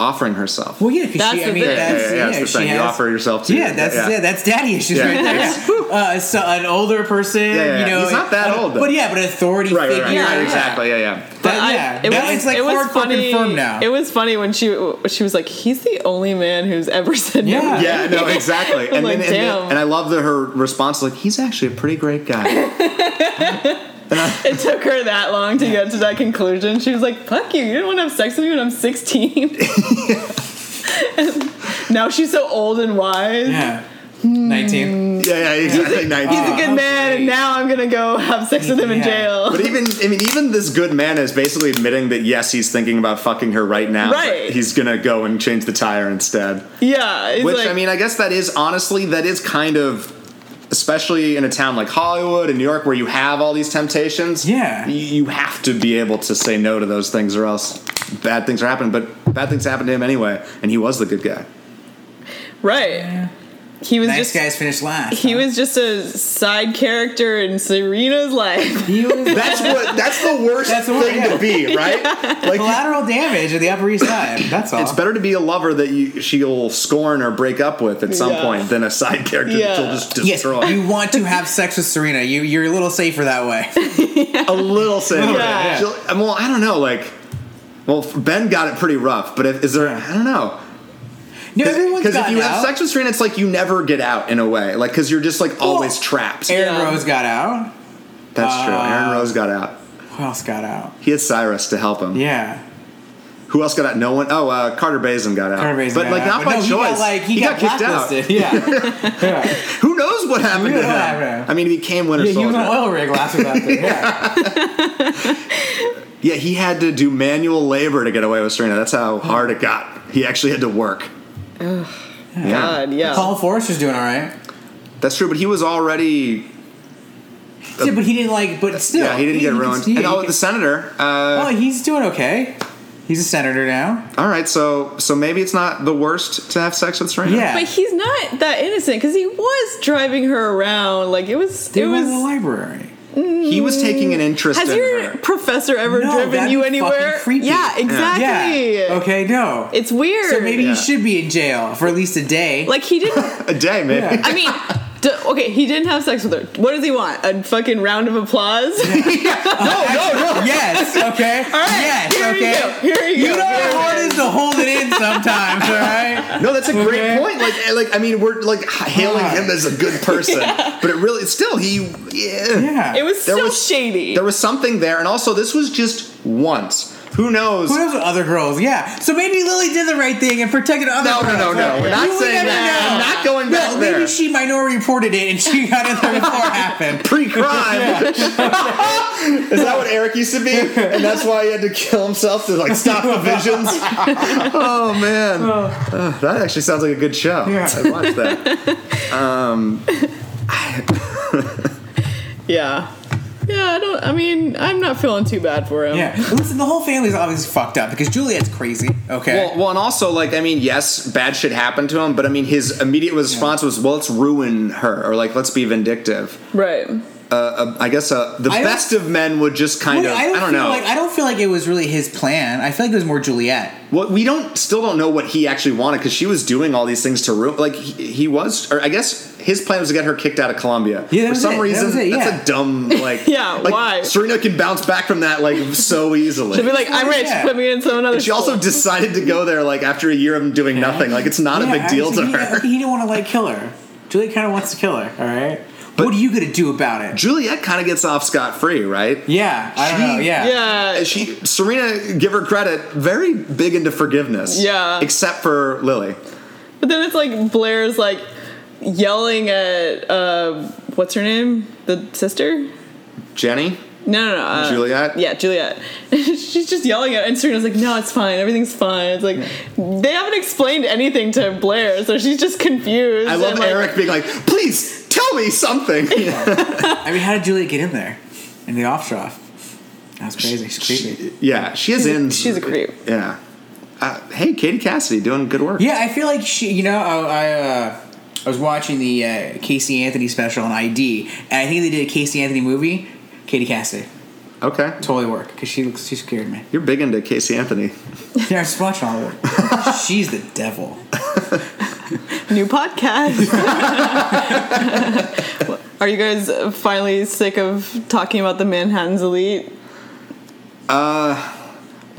S2: offering herself.
S3: Well, yeah, because
S4: That's
S3: she. I
S4: the
S3: mean,
S4: thing.
S2: yeah,
S3: that's,
S2: yeah, yeah, yeah, it's the
S3: she
S2: thing. You
S3: has-
S2: offer yourself to.
S3: Yeah, that's yeah. that's daddy issues
S2: Yeah,
S3: right
S2: it's-
S3: there. Uh, so an older person,
S2: Yeah, yeah, yeah.
S3: you know,
S2: He's not that
S3: an-
S2: old, though.
S3: but yeah, but authority
S2: Right, right,
S3: figure.
S2: right,
S4: Yeah,
S2: right,
S4: yeah.
S2: exactly. Yeah, yeah.
S3: But
S4: I-
S3: yeah, now it's like hardcore confirmed now.
S4: It was funny when she she was like, "He's the only man who's ever said no."
S3: Yeah.
S2: Yeah, no, exactly.
S4: I'm
S2: And
S4: like,
S2: then, and, then-
S4: damn.
S2: and I love that her response is like, he's actually a pretty great guy.
S4: It took her that long to get to that conclusion. She was like, "Fuck you! You didn't want to have sex with me when I'm 16." And now she's so old and wise.
S3: yeah,
S4: Hmm.
S3: nineteen.
S2: yeah, yeah, exactly. 19.
S4: He's a good
S3: Oh,
S4: man,
S3: great.
S4: and now I'm gonna go have sex with him in
S3: Yeah.
S4: jail.
S2: But even I mean, even this good man is basically admitting that yes, he's thinking about fucking her right now. but
S4: Right.
S2: he's gonna go and change the tire instead.
S4: Yeah, it's
S2: Which
S4: like,
S2: I mean, I guess that is honestly that is kind of, especially in a town like Hollywood and New York where you have all these temptations.
S3: Yeah.
S2: y- you have to be able to say no to those things, or else bad things are happening. But bad things happened to him anyway, and he was the good guy.
S4: right? He was
S3: Nice
S4: just
S3: guys finished last.
S4: he
S3: huh?
S4: was just a side character in Serena's life.
S3: He was
S2: That's what. That's the worst
S3: That's the worst,
S2: thing
S3: yeah.
S2: to be, right? Like you-
S3: collateral damage of the Upper East Side. That's all.
S2: It's better to be a lover that you she'll scorn or break up with at some
S4: Yeah.
S2: point than a side character that
S4: Yeah.
S2: she'll just
S3: Yes,
S2: destroy.
S3: you want to have sex with Serena. You you're a little safer that way.
S2: a little safer.
S4: Yeah.
S2: She'll- and Well, I don't know. Like, well, Ben got it pretty rough, but if, is there? I don't know.
S3: No, everyone's
S2: Because if
S3: gotten
S2: you
S3: out.
S2: have sex with Serena, it's like you never get out in a way. Like, because you're just like always
S3: Well,
S2: trapped.
S3: Aaron
S4: Yeah.
S3: Rose got out.
S2: That's true. Aaron
S3: Uh,
S2: Rose got out.
S3: Who else got out?
S2: He had Cyrus to help him.
S3: Yeah.
S2: Who else got out? No one. Oh, uh, Carter Bazin got out.
S3: Carter Bazin
S2: but
S3: got
S2: like
S3: out,
S2: not
S3: but
S2: by
S3: no,
S2: choice.
S3: He got, like he,
S2: got
S3: got,
S2: kicked out.
S3: blacklisted. Yeah. yeah.
S2: Who knows what happened
S3: We
S2: to
S3: don't know what
S2: him?
S3: happened.
S2: I mean, he became Winter
S3: Yeah, he
S2: Soldier.
S3: was on oil rig last without that. Yeah.
S2: Yeah, he had to do manual labor to get away with Serena. That's how hard it got. He actually had to work. yeah.
S4: God, yeah.
S3: Paul Forrester's doing all right.
S2: That's true, but he was already.
S3: yeah, but he didn't like. But still,
S2: yeah, he didn't get ruined.
S3: yeah,
S2: and
S3: he
S2: oh,
S3: can-
S2: the senator. Uh,
S3: oh, he's doing okay. He's a senator now.
S2: all right, so so maybe it's not the worst to have sex with Serena.
S3: Yeah.
S4: But he's not that innocent because he was driving her around. Like it was,
S3: They
S4: it
S3: went to the
S4: was.
S3: library.
S2: he was taking an interest
S4: Has
S2: in
S4: your
S2: her.
S4: professor ever
S3: No,
S4: driven
S3: that'd
S4: you
S3: be
S4: anywhere?
S3: fucking creepy.
S4: Yeah, exactly.
S3: Yeah. Okay. No.
S4: It's weird.
S3: so maybe
S2: Yeah.
S3: he should be in jail for at least a day.
S4: like he didn't.
S2: A day, maybe.
S3: Yeah.
S4: I mean, d- okay, he didn't have sex with her. What does he want? A fucking round of applause?
S3: yes. Okay. Oh, yes.
S4: Here
S3: okay.
S4: you go. Here you,
S3: You
S4: go.
S3: know
S4: Here
S3: how
S4: you
S3: hard
S4: go.
S3: it is to hold it in sometimes, all right?
S2: No, that's a
S3: Okay.
S2: great point. Like, eh, like I mean, we're like hailing
S3: God.
S2: him as a good person, but it really, still, he. Yeah.
S3: Yeah.
S4: It was
S2: There
S4: still
S2: was-
S4: shady.
S2: There was something there, and also this was just once. Who knows?
S3: Who knows what other girls? Yeah. So maybe Lily did the right thing and protected other
S2: No, no,
S3: girls.
S2: no, no. We're not
S3: You would
S2: saying
S3: never
S2: that.
S3: know.
S2: I'm not going back
S3: No,
S2: there.
S3: maybe she minority reported it and she got in there before it happened.
S2: Pre-crime. Is that what Eric used to be? And that's why he had to kill himself to like stop the visions. oh man, Ugh, that actually sounds like a good show.
S3: Yeah.
S2: I watched that.
S4: yeah. Yeah, I don't. I mean, I'm not feeling too bad for him.
S3: Yeah. Listen, the whole family's obviously fucked up because Juliet's crazy. Okay.
S2: Well, well, and also like I mean, yes, bad shit happened to him, but I mean, his immediate response was, "Well, let's ruin her," or like, "Let's be vindictive."
S4: Right.
S2: Uh, uh, I guess uh, the
S3: I don't-
S2: best of men would just kind
S3: Wait,
S2: of
S3: I
S2: I
S3: don't,
S2: don't,
S3: feel
S2: know.
S3: Like, I don't feel like it was really his plan. I feel like it was more Juliet.
S2: What we don't still don't know what he actually wanted because she was doing all these things to ruin. Like he, he was, or I guess his plan was to get her kicked out of Colombia.
S3: Yeah, that
S2: for
S3: was
S2: some
S3: it. That
S2: reason,
S3: was it, yeah.
S2: that's a dumb like.
S4: Yeah,
S2: like,
S4: why?
S2: Serena can bounce back from that like so
S4: She'll be
S2: easily.
S4: like, I'm rich.
S3: Yeah.
S4: Put me in some another.
S2: She also
S4: school."
S2: decided to go there like after a year of doing nothing. Like it's not a
S3: Yeah,
S2: big deal to
S3: actually, he-
S2: her.
S3: He, didn't want to like kill her. Juliet kind of wants to kill her. All right. what are you gonna do about it?
S2: Juliet kind of gets off scot free, right?
S3: Yeah, I don't
S2: She-
S3: know. Yeah,
S4: Yeah.
S2: She Serena, give her credit, very big into forgiveness.
S4: Yeah.
S2: Except for Lily.
S4: But then it's like Blair's like yelling at uh, what's her name? The sister?
S2: Jenny?
S4: No, no, no. Uh,
S2: Juliet?
S4: Yeah, Juliet. She's just yelling at, and Serena's like, "No, it's fine. Everything's fine." It's like they haven't explained anything to Blair, so she's just confused.
S2: I love
S4: and, like,
S2: Eric being like, please tell me something.
S3: I mean, how did Juliet get in there in the off trough? That's crazy. She's creepy.
S2: yeah, she is
S4: She's a-
S2: in.
S4: she's a creep.
S2: Yeah. Uh, hey, Katie Cassidy doing good work.
S3: Yeah, I feel like she. You know, I I, uh, I was watching the uh, Casey Anthony special on ID, and I think they did a Casey Anthony movie. Katie Cassidy
S2: Okay.
S3: totally work because she looks she scared me.
S2: You're big into Casey Anthony.
S3: Yeah, I was watching all of it. She's the devil.
S4: new podcast. Are you guys finally sick of talking about the Manhattan's elite?
S2: We're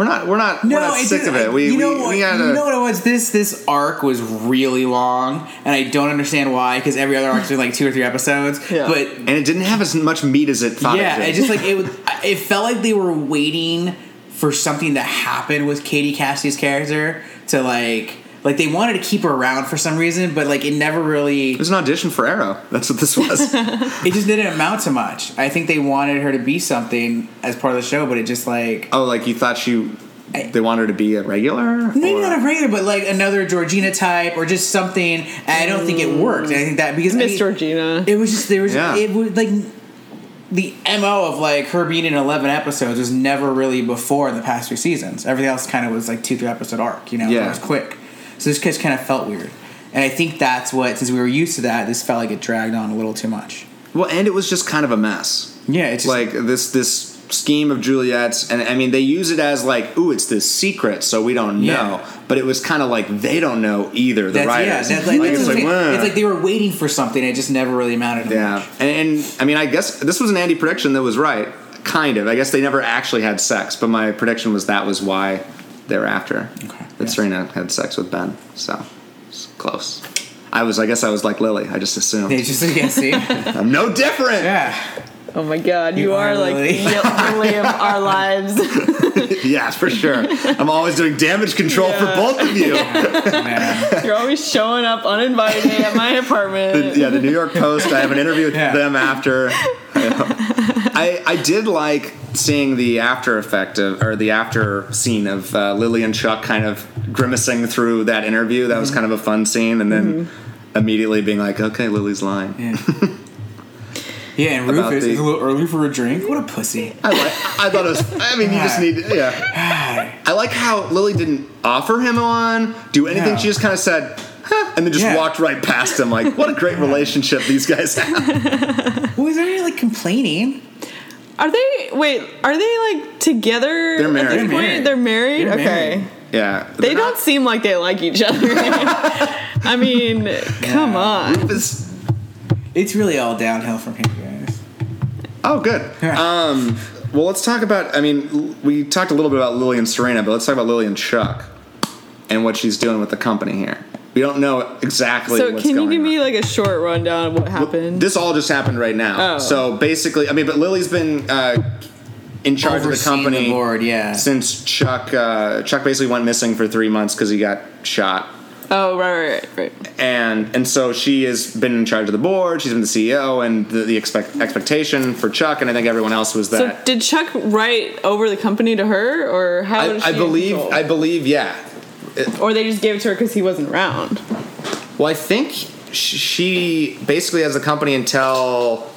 S2: not. We're not. we're not
S3: it
S2: sick
S3: didn't-
S2: of it. We
S3: you know
S2: we,
S3: what,
S2: we gotta.
S3: you know what it was. This this arc was really long, and I don't understand why. Because every other arc's been like two or three episodes.
S4: Yeah.
S3: But
S2: and it didn't have as much meat as it thought
S3: yeah,
S2: it did.
S3: it just like it. Was, it felt like they were waiting for something to happen with Katie Cassidy's character to like like they wanted to keep her around for some reason, but like it never really.
S2: It was an audition for Arrow. That's what this was.
S3: It just didn't amount to much. I think they wanted her to be something as part of the show, but it just like
S2: oh, like you thought she. They wanted her to be a regular.
S3: Maybe
S2: Or-
S3: not a regular, but like another Georgina type or just something. And I don't think it worked. I think that because I
S4: Miss
S3: mean,
S4: Georgina.
S3: it was just there was
S2: Yeah.
S3: it was like the mo of like her being in eleven episodes was never really before in the past three seasons. Everything else kind of was like two three episode arc. You know,
S2: Yeah.
S3: it was quick. So this just kind of felt weird. And I think that's what since we were used to that, this felt like it dragged on a little too much.
S2: Well, and it was just kind of a mess.
S3: Yeah, it's just,
S2: like this this scheme of Juliet's, and I mean they use it as like, ooh, it's this secret, so we don't
S3: Yeah.
S2: know. But it was kind of like they don't know either. The
S3: that's, yeah,
S2: writers,
S3: that's like,
S2: it's like, "Wah."
S3: it's like they were waiting for something. It just never really amounted. To much.
S2: yeah. And, and I mean, I guess this was an Andy prediction that was right, kind of. I guess they never actually had sex, but my prediction was that was why they were after
S3: Okay,
S2: that
S3: yeah.
S2: Serena had sex with Ben. So it's close. I was, I guess, I was like Lily. I just assumed
S3: They just yeah, see,
S2: I'm no different.
S3: yeah.
S4: Oh my god, you,
S3: You
S4: are,
S3: are
S4: like
S3: Lily.
S4: the Lily of our lives.
S2: yeah, for sure. I'm always doing damage control
S4: Yeah.
S2: for both of you.
S3: Man.
S4: You're always showing up uninvited at my apartment.
S2: yeah, the New York Post. I have an interview with
S3: Yeah.
S2: them after. I I did like seeing the after effect of or the after scene of uh, Lily and Chuck kind of grimacing through that interview. That
S3: Mm-hmm.
S2: was kind of a fun scene, and then immediately being like, "Okay, Lily's lying."
S3: Yeah. Yeah, and
S2: About
S3: Rufus
S2: the-
S3: is a little early for a drink. What a pussy.
S2: I like. I thought it was. I mean, you just need. Yeah. I like how Lily didn't offer him one, do anything.
S3: No.
S2: She just kind of said. "Huh," And then just
S3: Yeah.
S2: walked right past him. Like, what a great relationship these guys have.
S3: was there any like complaining?
S4: Are they wait, are they like together
S2: They're
S4: at
S2: married.
S4: this point?
S3: They're
S4: They're married?
S3: They're
S4: okay.
S3: married.
S2: Yeah.
S4: They don't seem like they like each other. I mean, come on.
S2: It's-
S3: It's really all downhill from here, guys.
S2: Oh, good. um, well, let's talk about. I mean, l- we talked a little bit about Lily and Serena, but let's talk about Lily and Chuck and what she's doing with the company here. We don't know exactly.
S4: So,
S2: what's
S4: can you
S2: going
S4: give
S2: on.
S4: me like a short rundown of what happened?
S2: This all just happened right now.
S4: Oh.
S2: So basically, I mean, but Lily's been uh, in charge of the
S3: Overseeing
S2: company
S3: the board, yeah.
S2: since Chuck. Uh, Chuck basically went missing for three months because he got shot,
S4: oh, right, right, right, right.
S2: and and so she has been in charge of the board. She's been the CEO, and the, the expect, expectation for Chuck, and I think everyone else was that.
S4: So, did Chuck write over the company to her, or how?
S2: I,
S4: was
S2: I
S4: she
S2: believe.
S4: controlled?
S2: I believe. Yeah.
S4: or they just gave it to her because he wasn't around.
S2: Well, I think sh- she basically has the company until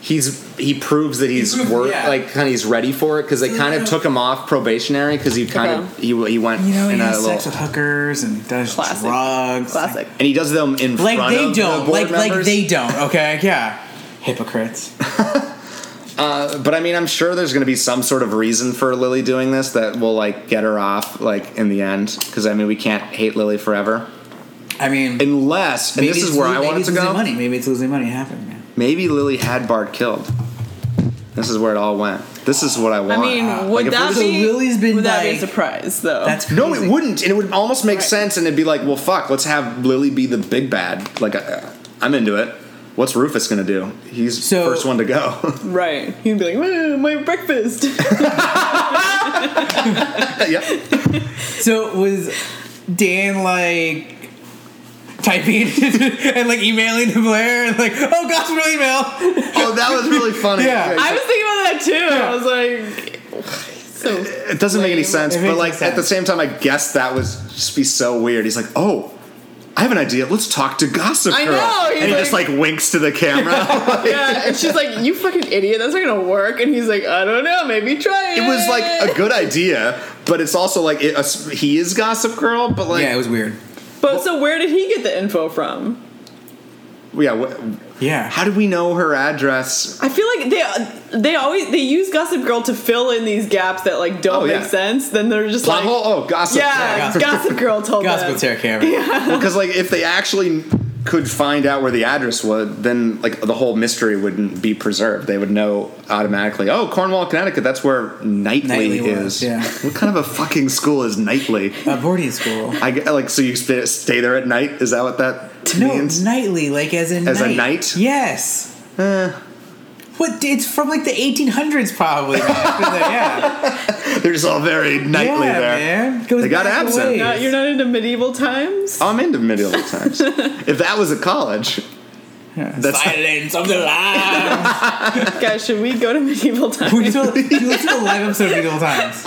S2: he's he proves that he's
S3: He proves-
S2: worth
S3: yeah.
S2: like kind of he's ready for it because they kind of took him off probationary because he kind of
S4: Okay.
S2: he he went
S3: You know, he
S2: in a
S3: has
S2: little
S3: sex with hookers and does
S4: Classic.
S3: drugs.
S4: Classic.
S2: and he does them in
S3: Like,
S2: front
S3: they
S2: of
S3: don't.
S2: the board
S3: like like
S2: members.
S3: they don't, okay? Yeah. Hypocrites.
S2: But I mean, I'm sure there's going to be some sort of reason for Lily doing this that will like get her off like in the end because I mean we can't hate Lily forever
S3: I mean
S2: unless and this
S3: maybe
S2: is
S3: it's
S2: where
S3: lo-
S2: I
S3: maybe
S2: wanted
S3: it's
S2: to
S3: losing
S2: go.
S3: Money. Maybe it's losing money. It happened, man.
S2: Maybe Lily had Bard killed. This is where it all went. This is what I
S4: I
S2: want.
S4: mean, would
S2: if
S4: that
S2: it was-
S4: be?
S3: So Lily's been
S4: would that be a
S3: like-
S4: surprise though?
S3: That's
S2: no,
S3: crazy.
S2: it wouldn't, and it would almost make
S4: Right.
S2: sense, and it'd be like, well, fuck, let's have Lily be the big bad. Like, I, uh, I'm into it. What's Rufus gonna do? He's
S3: So-
S2: first one to go.
S4: Right. He'd be like, "Whoa, my breakfast.
S2: yep.
S3: So was Dan like typing and like emailing to Blair and like, oh gosh, what email?
S2: Oh, that was really funny.
S3: Yeah.
S4: I was thinking about that too. I was like, so
S2: it doesn't make any sense.
S3: It makes
S2: But
S3: no
S2: like at the
S3: sense.
S2: same time, I guess that was just be so weird. He's like, oh. I have an idea. Let's talk to Gossip Girl.
S4: I know, he's
S2: And he
S4: like-
S2: just like winks to the camera.
S4: yeah. And she's like, you fucking idiot. That's not gonna work. And he's like, I don't know. Maybe try it.
S2: it was like a good idea, but it's also like it, he is Gossip Girl. But like,
S3: yeah, it
S2: yeah,
S3: was weird.
S4: But so where did he get the info from?
S2: wh-
S3: Yeah.
S2: how do we know her address?
S4: I feel like they they always they use Gossip Girl to fill in these gaps that like don't
S2: Oh, yeah.
S4: make sense. Then they're just
S2: Plot
S4: like,
S2: hole? Oh, Gossip.
S4: yeah,
S3: Yeah,
S4: Gossip,
S3: Gossip-
S4: Girl told
S3: Gospel
S4: them.
S3: Terror Cameron.
S2: Because like if they actually could find out where the address was, then like the whole mystery wouldn't be preserved. They would know automatically. Oh, Cornwall, Connecticut. That's where Knightley,
S3: Knightley
S2: is.
S3: was, yeah.
S2: What kind of a fucking school is Knightley?
S3: Uh, boarding school.
S2: I get- like so you stay, stay there at night. Is that what that
S3: No,
S2: means?
S3: nightly, like as in
S2: As a Eh.
S3: night.
S2: knight?
S3: Yes. What? It's from like the 1800s, probably. man. yeah.
S2: They're just all very knightly
S3: yeah,
S2: there.
S3: man. Goes
S2: They got
S3: back a
S2: absent.
S3: ways.
S4: Not- you're not into medieval times.
S2: I'm into medieval times. if that was a college, that's
S3: Silence of the Lambs.
S4: Guys, should we go to medieval times?
S3: we just you listen to the live episode of Medieval Times.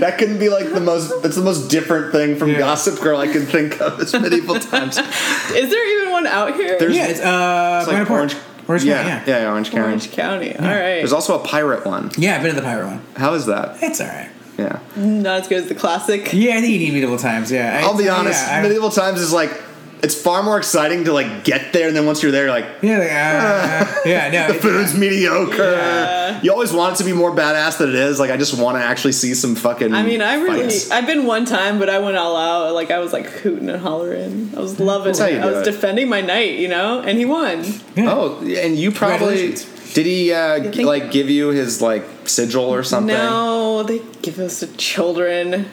S2: that couldn't be like the most. That's the most different thing from
S3: Yeah.
S2: Gossip Girl I can think of. Is medieval times.
S4: Is there even one out here?
S2: There's-
S3: Yeah, it's uh,
S2: It's like
S3: Orange.
S2: orange.
S3: Orange
S2: yeah,
S3: County, yeah.
S2: yeah, yeah, orange Karen.
S4: Orange County. All right.
S2: There's also a pirate one.
S3: Yeah, I've been to the pirate one.
S2: How is that?
S3: It's all right.
S2: Yeah.
S4: Not as good as the classic.
S3: Yeah, I think you need medieval times. Yeah,
S2: I'll be
S3: yeah,
S2: honest.
S3: I-
S2: medieval times is like it's far more exciting to like get there, and then once you're there, you're like
S3: yeah, like, uh, yeah, no,
S2: the
S3: it-
S2: food's mediocre.
S4: Yeah.
S2: You always want it to be more badass than it is. Like I just want to actually see some fucking.
S4: I mean, I really,
S2: fights.
S4: I've been one time, but I went all out. Like I was like hooting and hollering. I was loving
S2: That's how you
S4: it.
S2: do
S4: I was
S2: it.
S4: defending my knight, you know, and he won.
S3: yeah.
S2: Oh, and you probably
S3: Congratulations.
S2: did he uh, g-
S4: think-
S2: like give you his like sigil or something?
S4: No, they give us to children.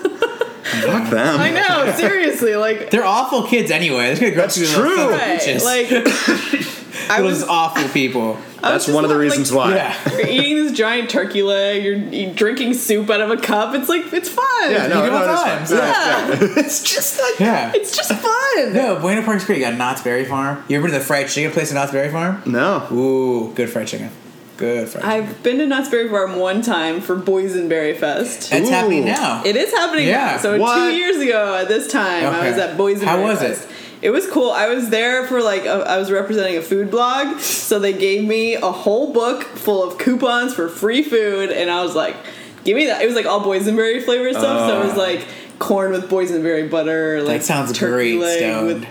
S2: Fuck them.
S4: I know, seriously, like,
S3: they're awful kids anyway. They're gonna grow
S2: That's
S3: up to be
S2: true.
S3: Little, sons of
S4: right,
S3: bitches.
S4: like I
S3: Those
S4: was
S3: awful people.
S2: That's
S4: just
S2: one of the
S4: like-
S2: reasons why.
S3: Yeah.
S4: you're eating this giant turkey leg. You're eat- drinking soup out of a cup. It's like it's fun.
S2: Yeah, no,
S3: Medieval
S2: no, that's
S3: times,
S2: fine.
S4: yeah.
S2: No, it's fine. it's just like
S3: Yeah.
S4: It's just fun.
S3: No, Buena Park's great. You got Knott's Berry Farm. You ever been to the fried chicken place in Knott's Berry Farm?
S2: no.
S3: Ooh, good fried chicken. Good fried chicken.
S4: I've been to Knott's Berry Farm one time for Boysenberry Fest.
S3: That's
S2: Ooh.
S3: happening now.
S4: It is happening
S3: Yeah.
S4: now. So
S2: What?
S4: two years ago at this time, I
S3: Okay.
S4: was at Boysenberry.
S3: How was it?
S4: Fest. It was cool. I was there for like a, I was representing a food blog, so they gave me a whole book full of coupons for free food, and I was like, "Give me that!" It was like all boysenberry flavored stuff, so it was like corn with boysenberry butter, like
S3: Oh. sounds
S4: turkey
S3: great,
S4: leg
S3: Stone.
S4: with.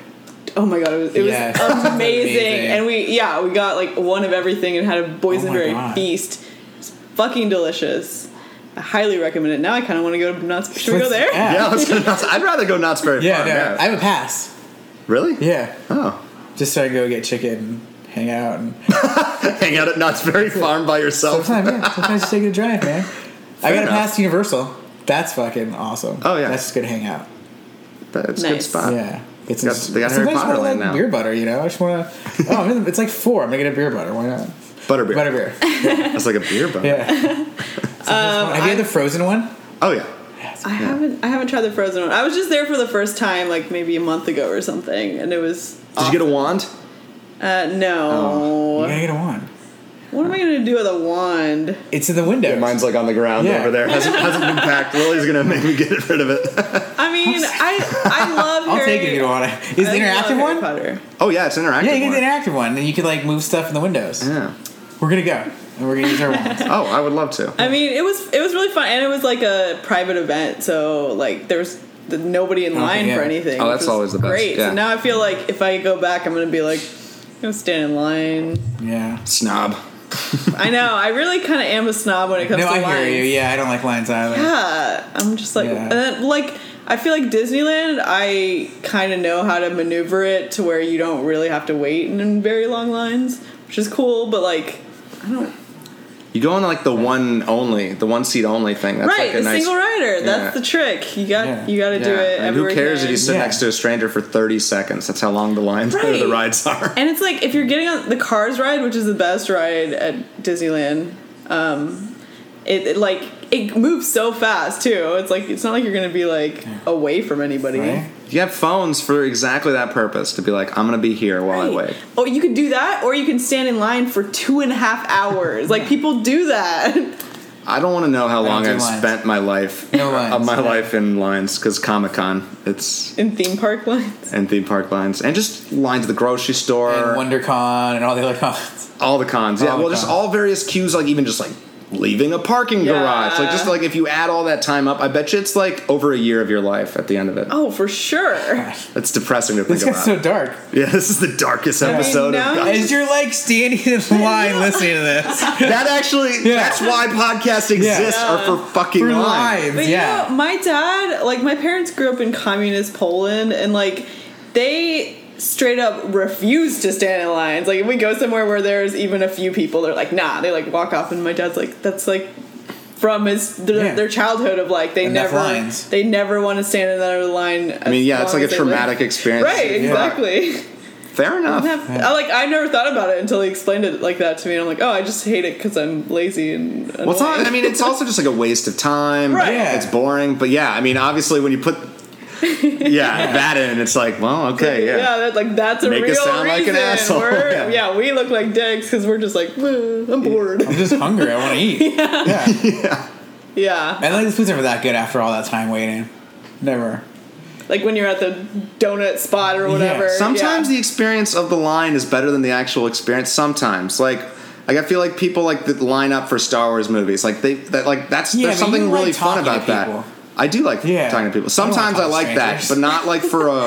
S4: Oh my god, it was, it
S3: Yes.
S4: was amazing.
S3: Amazing.
S4: and we yeah we got like one of everything and had a boysenberry
S3: Oh God.
S4: feast. It's fucking delicious. I highly recommend it. Now I kind of want to go to Nuts. Should we go
S3: Let's-
S4: there?
S3: yeah.
S2: Yeah, let's go Knott's, I'd rather go Knott's Berry
S3: yeah,
S2: Farm.
S3: no,
S2: Yeah.
S3: I have a pass.
S2: really?
S3: Yeah,
S2: Oh.
S3: just so I can go get chicken, and hang out, and
S2: Hang out at Knott's Berry Farm by yourself.
S3: Sometimes, yeah. Sometimes just take a drive, man. I got a
S2: enough.
S3: pass to Universal. That's fucking awesome.
S2: Oh, yeah.
S3: that's just good hang out.
S2: That's a good
S4: Nice.
S2: spot.
S3: yeah, it's
S2: got- they got Harry Potter land now.
S3: Beer butter, you know. I just want to. Oh, I'm in- it's like four. I'm gonna get a beer butter. Why not?
S2: Butterbeer.
S3: Butter beer.
S2: That's like a beer bun.
S3: Yeah. Sometimes I want- have you had
S4: Um,
S3: the frozen one?
S2: Oh yeah.
S4: I haven't I haven't tried the frozen one. I was just there for the first time like maybe a month ago or something, and it was.
S2: Did you get a wand?
S4: Uh, no.
S3: You gotta get a one.
S4: What am I gonna do with a wand?
S3: It's in the window.
S2: Mine's like on the ground
S3: Yeah.
S2: over there. Hasn't, hasn't been packed. Lily's gonna make me get rid of it.
S4: I mean, I I love.
S3: I'll
S4: Harry,
S3: take it if you don't want it. Is the
S4: I love
S3: interactive
S4: Harry
S3: one?
S4: Potter.
S2: Oh yeah, it's interactive.
S3: Yeah, you get
S2: one.
S3: the interactive one, and you can like move stuff in the windows.
S2: Yeah.
S3: We're gonna go, and we're gonna use our wands.
S2: Oh, I would love to.
S4: I mean, it was it was really fun, and it was like a private event, so like there was the, nobody in line
S3: yeah.
S4: for anything.
S2: Oh,
S4: which
S2: that's
S4: was
S2: always the best,
S4: Great.
S2: yeah.
S4: So now I feel like if I go back, I'm gonna be like, I'm gonna stand in line.
S3: Yeah.
S2: Snob.
S4: I know. I really kind of am a snob when it comes
S3: No,
S4: to
S3: I
S4: lines.
S3: hear you. Yeah, I don't like lines either.
S4: Yeah, I'm just like,
S3: Yeah.
S4: and then, like I feel like Disneyland. I kind of know how to maneuver it to where you don't really have to wait in very long lines, which is cool. But like, I don't.
S2: You go on like the one only, the one seat only thing. That's
S4: right,
S2: like a
S4: the
S2: nice,
S4: single rider. That's
S2: Yeah.
S4: the trick. You got
S3: Yeah.
S4: you got to do
S2: Yeah,
S4: it.
S2: And who
S4: everywhere you
S2: cares if
S4: can.
S2: you sit
S3: Yeah.
S2: next to a stranger for 30 seconds? That's how long the lines or the
S4: Right.
S2: rides are.
S4: And it's like if you're getting on the Cars ride, which is the best ride at Disneyland, um, it, it like it moves so fast too. It's like it's not like you're gonna be like away from anybody.
S3: Right?
S2: You have phones for exactly that purpose to be like, I'm going to be here while I wait.
S4: Oh, you can do that, or you can stand in line for two and a half hours. Like people do that.
S2: I don't want to know how long
S3: do
S2: I've
S3: lines.
S2: spent my life
S3: No lines,
S2: of my
S3: yeah.
S2: life in lines because Comic Con, it's
S4: In theme park lines.
S2: and theme park lines and just lines at the grocery store,
S3: And WonderCon and all the other cons.
S2: all the cons. Yeah,
S3: All the
S2: well, just
S3: cons.
S2: all various cues, like even just like leaving a parking
S4: Yeah.
S2: garage. Like just like if you add all that time up, I bet you it's like over a year of your life at the end of it.
S4: Oh, for sure.
S2: It's depressing to think
S3: This
S2: about.
S3: gets so dark.
S2: yeah, this is the darkest episode.
S4: now
S2: of God.
S3: As you're like standing in line listening to this.
S2: That actually,
S3: Yeah.
S2: that's why podcasts exist are for fucking
S3: For
S2: live.
S3: lives,
S4: But
S3: yeah.
S4: you know, my dad, like my parents grew up in communist Poland and like they straight up refuse to stand in lines. Like if we go somewhere where there's even a few people, they're like, nah, they like walk off and my dad's like, that's like from his their,
S3: Yeah.
S4: their childhood of like they
S3: Enough
S4: never
S3: lines.
S4: they never want to stand in another line.
S2: I mean, yeah, it's like a traumatic experience.
S4: Right, exactly.
S2: Fair enough.
S4: Have- I, like I never thought about it until he explained it like that to me. And I'm like, oh, I just hate it because I'm lazy and.
S2: Well, it's not,
S4: annoying."
S2: I mean, it's also just like a waste of time.
S4: Right.
S3: Yeah.
S2: It's boring. But yeah, I mean, obviously, when you put yeah that in, it's like, well, okay, yeah.
S4: that, like that's a
S2: Make us
S4: real
S2: sound like an
S4: reason.
S2: asshole.
S4: We're,
S2: Yeah.
S4: yeah. we look like dicks because we're just like, "Ugh, I'm bored.
S3: I'm just hungry. I want to eat. Yeah.
S4: yeah,
S3: And like this food's never that good after all that time waiting. Never.
S4: like when you're at the donut spot or whatever.
S2: Sometimes
S4: yeah.
S2: the experience of the line is better than the actual experience. Sometimes, like. Like I feel like people like that line up for Star Wars movies. Like they that like that's
S3: Yeah,
S2: there's
S3: but you
S2: something
S3: like
S2: really fun
S3: talking to
S2: about that.
S3: people.
S2: I do like
S3: Yeah.
S2: talking to people.
S3: I don't wanna
S2: Sometimes I,
S3: talk to
S2: like that,
S3: strangers.
S2: but not like for a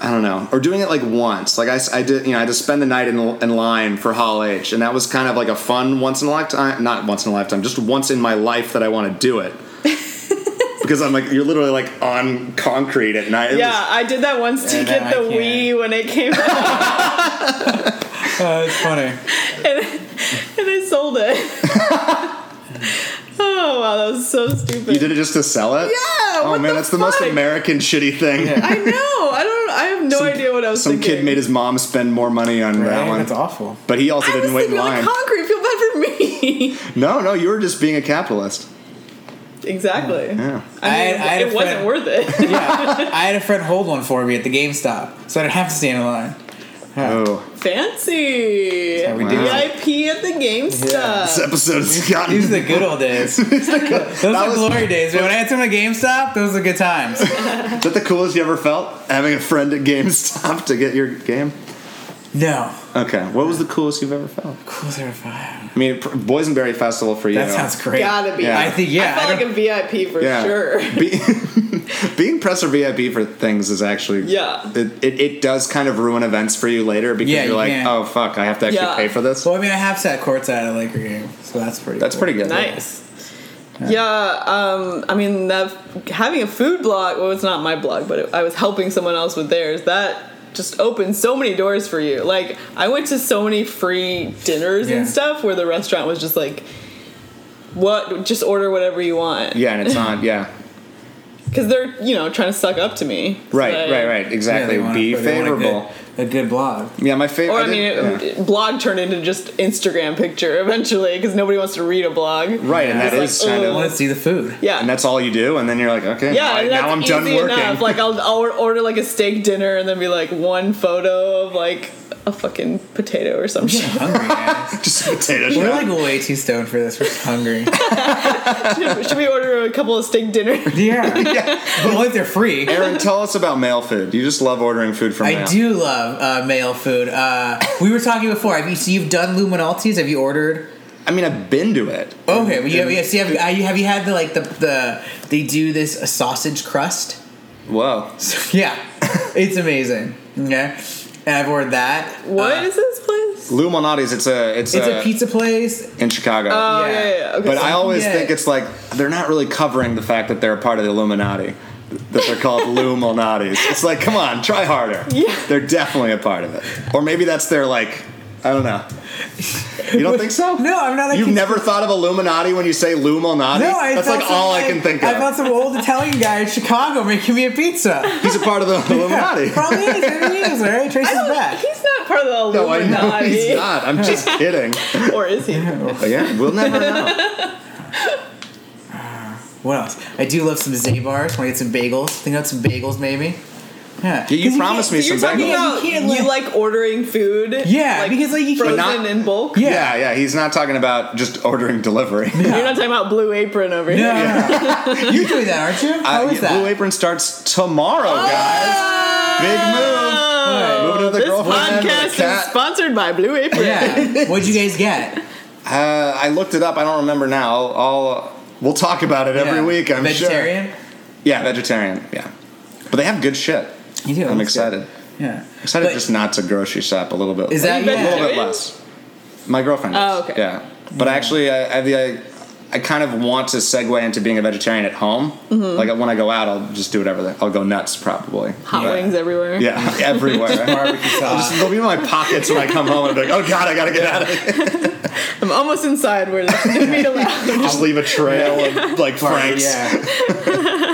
S2: I don't know or doing it like once. Like I, s- I did you know I had to spend the night in, in line for Hall H, and that was kind of like a fun once in a lifetime not once in a lifetime just once in my life that I want to do it because I'm like you're literally like on concrete at night. It was-
S4: yeah, I did that once to
S3: Yeah,
S4: get
S3: that
S4: the
S3: I can't.
S4: Wii when it came out,
S3: Uh, it's funny.
S4: and I sold it. oh wow, that was so stupid.
S2: You did it just to sell it? Yeah. Oh
S4: what
S2: man,
S4: the
S2: that's the most
S4: fuck?
S2: American shitty thing.
S3: Yeah.
S4: I know. I don't. I have no idea what I was
S2: Some
S4: thinking.
S2: kid made his mom spend more money on that
S3: Right?
S2: one.
S3: That's awful.
S2: But he also
S4: I was
S2: didn't wait in
S4: sleeping on
S2: line.
S4: the concrete. Feel bad for me.
S2: no, no, you were just being a capitalist.
S4: exactly.
S2: Yeah.
S4: I
S3: I
S4: mean,
S3: had- I had a
S4: it wasn't
S3: friend-
S4: worth it.
S3: Yeah. I had a friend hold one for me at the GameStop, so I didn't have to stand in line. Yeah.
S2: Oh.
S4: Fancy.
S3: how we do
S4: VIP at the
S2: This
S4: GameStop.
S2: episode has gotten
S3: These are Uh, the good old days.
S2: Is that
S3: Those
S2: That
S3: are
S2: was-
S3: glory days. But when I had someone at GameStop, those were good times.
S2: the coolest you ever felt? Having a friend at GameStop to get your game?
S3: no.
S2: Okay. What was the coolest you've ever felt?
S3: Cool certified.
S2: I mean, pr- Boysenberry Festival for you.
S3: That sounds great.
S4: Gotta be.
S2: Yeah.
S3: I think yeah.
S4: I
S3: I
S4: felt
S3: don't-
S4: like a VIP for
S2: Yeah.
S4: sure.
S2: Be- being press or VIP for things is actually
S4: Yeah.
S2: It, it, it does kind of ruin events for you later because
S3: Yeah,
S2: you're
S3: you
S2: like,
S3: can.
S2: oh fuck, I have to actually
S4: Yeah.
S2: pay for this.
S3: well, I mean, I have sat courtside at a Laker game, so that's pretty.
S2: That's
S3: cool.
S2: pretty good.
S4: Nice. Yeah. um, I mean, that having a food blog. Well, it's not my blog, but it, I was helping someone else with theirs. That just opened so many doors for you. Like, I went to so many free dinners
S3: Yeah.
S4: and stuff where the restaurant was just like, "What? Just order whatever you want."
S2: Yeah, and it's on. Yeah,
S4: Because they're you know trying to suck up to me. So
S2: right,
S4: I-
S2: right, right.
S3: Yeah,
S2: Exactly.
S3: they wanna-
S2: Be
S3: they want a good-
S2: favorable.
S3: A good blog.
S2: Yeah, my favorite.
S4: Or I mean, it, it- blog turned into just Instagram picture eventually because nobody wants to read a blog.
S2: right, and
S3: Yeah.
S2: that
S4: It's
S2: is
S4: like, oh.
S2: kind
S3: I
S2: of,
S3: want to see the food.
S4: Yeah.
S2: and that's all you do, and then you're like, okay,
S4: yeah,
S2: now, I-
S4: and
S2: now
S4: that's
S2: I'm done
S4: easy
S2: working.
S4: Enough. Like I'll, I'll order like a steak dinner and then be like one photo of like a fucking potato or some
S3: I'm
S4: shit.
S3: getting hungry, guys.
S2: Just potato.
S3: We're
S2: shell.
S3: like way too stoned for this. We're just hungry.
S4: Should we order a couple of steak
S2: Uh,
S4: dinners?
S3: yeah. But only if they're free.
S2: Aaron, tell us about mail food. You just love ordering food from.
S3: I
S2: mail.
S3: do love uh, mail food. Uh, we were talking before. Have you? So you've done luminalties? Have you ordered?
S2: I mean, I've been to it.
S3: Okay, well, you have, yes, you have, uh, you- have you had the like the the they do this sausage crust?
S2: Whoa.
S3: yeah, it's amazing. Okay, and I've ordered that.
S4: What
S3: Uh,
S4: is this place?
S2: Lou Malnati's. It's a. It's,
S3: it's a pizza place.
S2: in Chicago.
S4: Oh yeah,
S3: yeah.
S4: yeah. yeah. Okay.
S2: But I always
S3: Yeah.
S2: think it's like they're not really covering the fact that they're a part of the Illuminati. That they're called Luminati's. It's like, come on, try harder.
S4: Yeah.
S2: They're definitely a part of it. Or maybe that's their like, I don't know. You don't think so?
S3: No, I'm not.
S2: You've never thought of Illuminati when you say Luminati?
S3: No, I
S2: That's
S3: felt
S2: like all
S3: some-
S2: I can think of.
S3: I found some old Italian guy in Chicago making me a pizza.
S2: He's a part of the Illuminati.
S3: Probably is. Maybe he is. All right, trace
S4: I
S3: his
S4: don't-
S3: back.
S4: He's not part of the
S2: No, I
S4: Illuminati.
S2: know he's not. I'm just kidding.
S4: Or is he?
S2: Again, we'll never know.
S3: What else? I do love some Zabars. Want to get some bagels? Think about some bagels, maybe. Yeah.
S2: You- You promised me
S4: So you're
S2: some
S4: talking
S2: bagels.
S4: about
S3: You
S4: you,
S3: can't let-
S4: like ordering food.
S3: Yeah, because, like, you
S4: frozen
S3: can't-
S2: But not-
S4: in bulk.
S3: Yeah.
S2: Yeah, yeah. He's not talking about just ordering delivery.
S4: You're not talking about Blue Apron over
S3: No,
S4: here.
S3: no, no. You're doing that, aren't you? How
S2: Uh,
S3: is that? Oh!
S2: Blue Apron starts tomorrow, guys. Big move.
S4: Oh,
S2: Moving to the
S4: this
S2: girlfriend and the
S4: podcast
S2: cat.
S4: is sponsored by Blue Apron.
S3: yeah. What'd you guys get?
S2: Uh, I looked it up. I don't remember now. I'll, I'll we'll talk about it every
S3: Yeah.
S2: week. I'm
S3: vegetarian.
S2: sure. Yeah, vegetarian. Yeah, but they have good shit.
S3: You do.
S2: I'm
S3: that's good.
S2: excited.
S3: Yeah.
S2: Excited
S3: But
S2: just not to grocery shop a little bit.
S3: Is
S4: Are
S3: that
S2: a
S4: you
S2: little
S3: yeah?
S2: bit
S4: vegetarian?
S2: less? My girlfriend.
S4: Oh,
S2: is.
S4: okay.
S2: Yeah, but actually, I, I, the- I I kind of want to segue into being a vegetarian at home.
S3: Mm-hmm.
S2: Like when I go out, I'll just do whatever. I'll go nuts probably.
S4: Hot
S2: But-
S4: wings everywhere.
S2: Yeah, everywhere.
S3: Barbecue
S2: Just,
S3: sauce.
S2: they'll be in my pockets when I come home. and I'll be like, oh god, I gotta get out of here.
S4: I'm almost inside where there's no meat allowed.
S2: Just leave a trail of like
S3: Barbecue,
S2: Frank's.
S3: Yeah.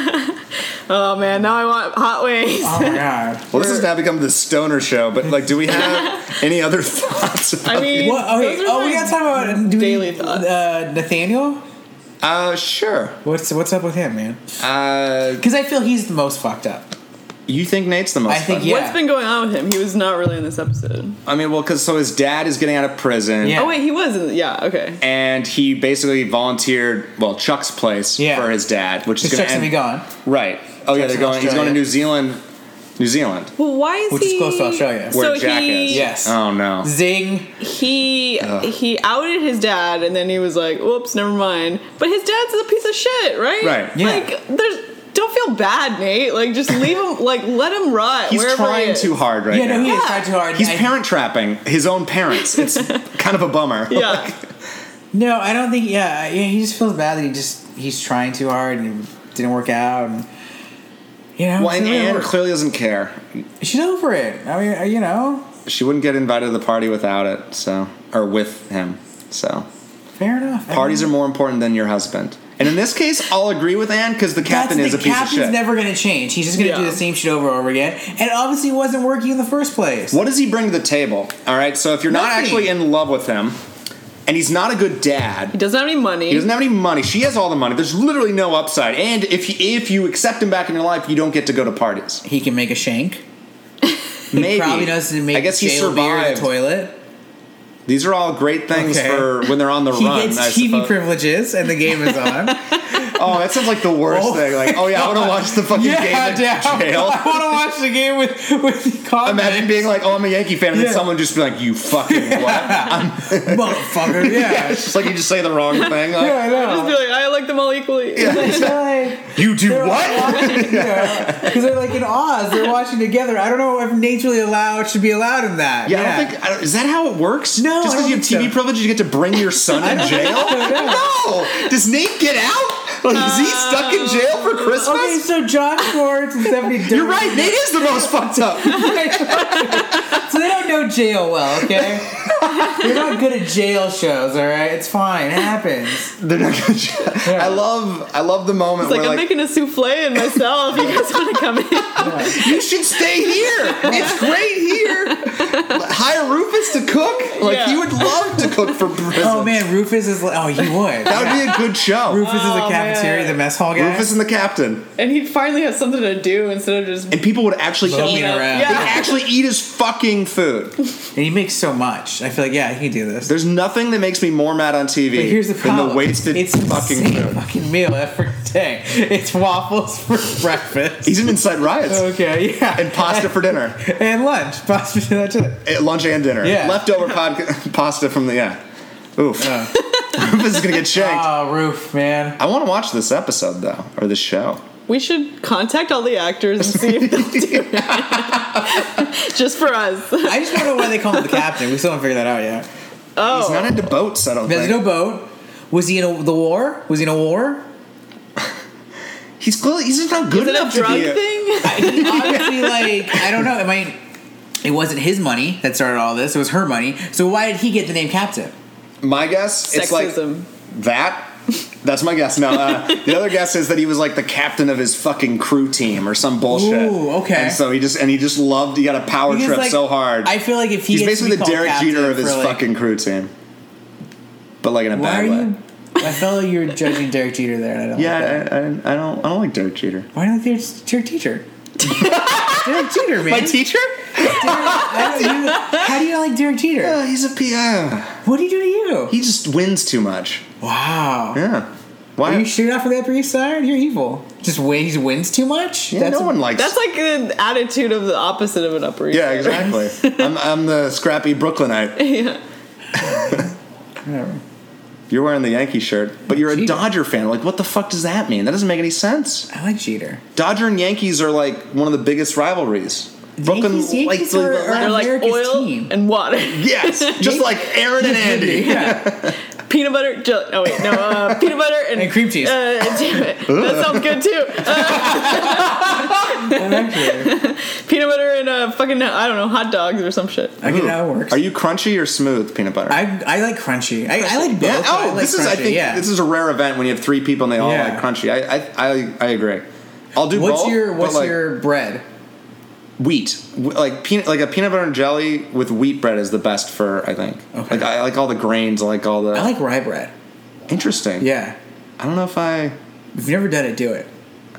S4: Oh man, now I want hot wings.
S3: Oh my god.
S2: Well, this has now become the stoner show, but like, do we have any other thoughts? About
S4: I mean,
S3: What? Okay.
S4: those are
S3: Oh, we
S4: my-
S3: gotta talk about do we-
S4: daily thoughts.
S3: Uh, Nathaniel.
S2: uh, sure.
S3: What's what's up with him, man?
S2: Uh,
S3: Because I feel he's the most fucked up.
S2: you think Nate's the most?
S3: I think
S2: fun.
S3: yeah.
S4: What's been going on with him? He was not really in this episode.
S2: I mean, well, because so his dad is getting out of prison.
S3: Yeah.
S4: Oh wait, he was. In, yeah. Okay.
S2: And he basically volunteered, well, Chuck's place
S3: Yeah.
S2: for his dad, which is going
S3: His checks
S2: to
S3: gonna
S2: end.
S3: be gone,
S2: Right. Oh yeah,
S3: Chuck's
S2: they're
S3: in
S2: going. He's going to
S3: Australia.
S2: New Zealand. New Zealand,
S4: Well, why is
S3: which
S4: he?
S3: is close to Australia.
S2: where
S4: So
S2: Jack
S4: he-
S2: is.
S3: Yes.
S2: Oh no.
S3: Zing.
S4: He he outed his dad, and then he was like, "Whoops, never mind." But his dad's a piece of shit, right?
S2: Right.
S3: Yeah.
S4: Like, there's don't feel bad, Nate. Like, just leave him. like, let him rot.
S2: He's
S4: wherever he
S2: trying
S4: is.
S2: too hard right
S3: Yeah, no,
S2: now.
S3: he
S4: Yeah.
S3: has tried too hard.
S2: He's
S3: I-
S2: parent trapping his own parents. It's kind of a bummer.
S4: Yeah.
S3: No, I don't think. Yeah, yeah, he just feels bad that he just he's trying too hard and it didn't work out. And, you know,
S2: Well, and
S3: it's really
S2: Anne
S3: over.
S2: clearly doesn't care.
S3: she's over it. I mean, uh, you know,
S2: she wouldn't get invited to the party without it, so or with him. So
S3: fair enough.
S2: parties are more important than your husband. And in this case, I'll agree with Anne because the captain is a piece
S3: captain's
S2: of shit.
S3: never going to change. He's just going to do
S4: Yeah.
S3: the same shit over and over again. And it obviously, wasn't working in the first place.
S2: what does he bring to the table? All right, so if you're not
S3: Nothing.
S2: actually in love with him, and he's not a good
S4: He
S2: dad.
S4: doesn't have any money.
S2: He doesn't have any money. She has all the money. There's literally no upside. And if he, if you accept him back in your life, you don't get to go to parties.
S3: He can make a shank.
S2: Maybe
S3: Probably doesn't make
S2: I guess he
S3: jail beer in the
S2: survived.
S3: toilet.
S2: These are all great things
S3: Okay.
S2: for when they're on the
S3: He
S2: run.
S3: gets
S2: I
S3: TV
S2: suppose.
S3: privileges, and the game is on.
S2: Oh, that sounds like the worst
S3: Oh.
S2: thing. Like, oh yeah, I want to watch the fucking game in
S3: damn.
S2: jail.
S3: I want to watch the game with with Conway.
S2: Imagine being like, oh, I'm a Yankee fan, and then
S3: Yeah.
S2: someone just be like, you fucking what?
S3: motherfucker. Yeah,
S2: It's like you just say the wrong thing. like,
S3: yeah, I
S4: Just be
S3: know.
S4: like, I like them all equally.
S3: They're like,
S2: You do
S3: they're
S2: what?
S3: Because they're like in Oz, they're watching together. I don't know if naturally allowed should be allowed in that.
S2: Yeah, I don't think. I don't, is that how it works?
S3: No,
S2: just
S3: I
S2: because
S3: don't
S2: you have
S3: think
S2: TV
S3: so.
S2: privilege, you get to bring your son in jail? no. Does Nate get out? Like, is he stuck in jail for Christmas?
S3: Oh. Okay, so John Schwartz and Stephanie Durant.
S2: You're right. Nate is the most fucked up.
S3: so they don't know jail well, okay? They're not good at jail shows, all right? It's fine. It happens.
S2: They're not gonna. I love. I love the moment
S4: It's like,
S2: where
S4: I'm
S2: like
S4: making a souffle in myself. You guys want to come in?
S2: you should stay here. It's great here. Hire Rufus to cook. Like
S4: Yeah.
S2: he would love to cook for prison.
S3: Oh man, Rufus is like, oh, he would.
S2: That would be a good show.
S3: Rufus is the
S4: Oh,
S3: cafeteria,
S4: man.
S3: the mess hall guy.
S2: Rufus and the captain.
S4: And he'd finally have something to do instead of just.
S2: And people would actually
S3: Loafing
S2: eat.
S4: Yeah.
S3: around.
S2: They
S4: Yeah.
S2: actually eat his fucking food.
S3: And he makes so much. I feel like, yeah, he can do this.
S2: There's nothing that makes me more mad on TV
S3: But here's the
S2: than
S3: problem.
S2: the wasted
S3: it's
S2: fucking
S3: insane
S2: food.
S3: fucking meal every day. It's waffles for breakfast.
S2: He's in Inside Riots.
S3: Okay, yeah.
S2: And pasta for dinner.
S3: And lunch. Pasta for that's it.
S2: At lunch and dinner.
S3: Yeah.
S2: Leftover podca- pasta from the, yeah. Oof. Rufus is going to get shanked.
S3: Oh, roof, man.
S2: I want to watch this episode, though, or this show.
S4: We should contact all the actors and see if they'll do it. just for us.
S3: I just don't know why they call him the captain. We still haven't figured that out yet.
S4: Oh.
S2: He's not into boats, I don't
S3: There's
S2: think.
S3: no boat. Was he in a, the war? Was he in a war?
S2: he's clearly, he's just not good
S4: Is it
S2: enough
S4: a drug
S2: to uh, be a-
S4: thing?
S3: Obviously, like I don't know. Am I? It wasn't his money that started all this. It was her money. So why did he get the name Captain?
S2: My guess, it's like
S4: Sexism.
S2: that. That's my guess. No, uh, the other guess is that he was like the captain of his fucking crew team or some bullshit.
S3: Ooh, okay.
S2: And so he just and he just loved. He got a power
S3: Because,
S2: trip
S3: like,
S2: so hard.
S3: I feel like if he
S2: He's
S3: gets to
S2: basically
S3: be
S2: the
S3: called
S2: Derek
S3: Captain
S2: Jeter of his
S3: for, like-
S2: fucking crew team, but like in a
S3: Why
S2: bad
S3: are
S2: way.
S3: you? I feel like you're judging Derek Jeter there. And I don't.
S2: Yeah,
S3: Like that.
S2: I, I, I don't I don't like Derek Jeter.
S3: Why don't you think it's your teacher? Derek Jeter, man.
S2: teacher?
S3: How do you- how do you not like Derek Jeter?
S2: Oh, he's a PI.
S3: What do you do to you?
S2: He just wins too much.
S3: Wow.
S2: Yeah. Why?
S3: Are you shooting off for the Upper East Side? You're evil. Just win. He wins too much.
S2: yeah, no one likes.
S4: That's like an attitude of the opposite of an upper. East
S2: yeah,
S4: Side.
S2: exactly. I'm, I'm the scrappy Brooklynite.
S4: yeah.
S3: Whatever.
S2: You're wearing the Yankee shirt, but you're a
S3: Jeter.
S2: Dodger fan. Like, what the fuck does that mean? That doesn't make any sense.
S3: I like Jeter.
S2: Dodger and Yankees are like one of the biggest rivalries. Brooklyn,
S3: Yankees- Yankees
S2: like,
S3: are-
S2: the-
S4: They're like
S3: America's
S4: oil
S3: team.
S4: and water,
S2: yes, just like Aaron and Andy.
S3: Yeah.
S4: peanut butter. Jelly. Oh wait, no, uh, peanut butter and,
S3: And cream cheese.
S4: Uh, damn it, that sounds good too. Uh,
S3: Actually,
S4: peanut butter and uh, fucking I don't know hot dogs or some shit.
S3: I
S2: Ooh.
S3: get how it works.
S2: Are you crunchy or smooth peanut butter?
S3: I, I like crunchy. I, I like both.
S2: Yeah.
S3: but
S2: Oh,
S3: I like
S2: this is. I
S3: crunchy,
S2: think
S3: yeah.
S2: this is a rare event when you have three people and they all
S3: Yeah.
S2: like crunchy. I I I, I agree. I'll do
S3: What's
S2: both,
S3: your
S2: but,
S3: What's
S2: like,
S3: your bread?
S2: wheat? W- Like peanut, like a peanut butter and jelly with wheat bread is the best for. I think.
S3: Okay.
S2: Like I like all the grains. I like all the.
S3: I like rye bread.
S2: interesting.
S3: Yeah.
S2: I don't know if I.
S3: If you've never done it, do it.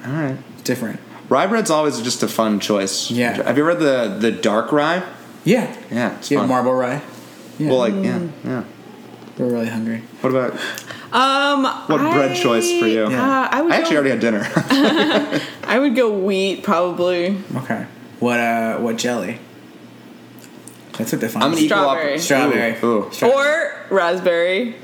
S2: All right.
S3: It's different.
S2: Rye bread's always just a fun choice.
S3: Yeah.
S2: Have you read the the dark rye?
S3: Yeah.
S2: Yeah. It's
S3: Do you
S2: fun.
S3: have marble rye? Yeah.
S2: Well, like yeah, yeah.
S3: We're really hungry.
S2: What about?
S4: Um,
S2: What bread choice for you?
S4: Uh, I would
S2: I actually
S4: go,
S2: already had dinner.
S4: I would go wheat probably.
S3: Okay. What uh? What jelly? That's what they find.
S2: I'm an equal
S4: Strawberry.
S2: op-
S3: Strawberry.
S2: Ooh, ooh.
S3: Stra-
S4: Or raspberry,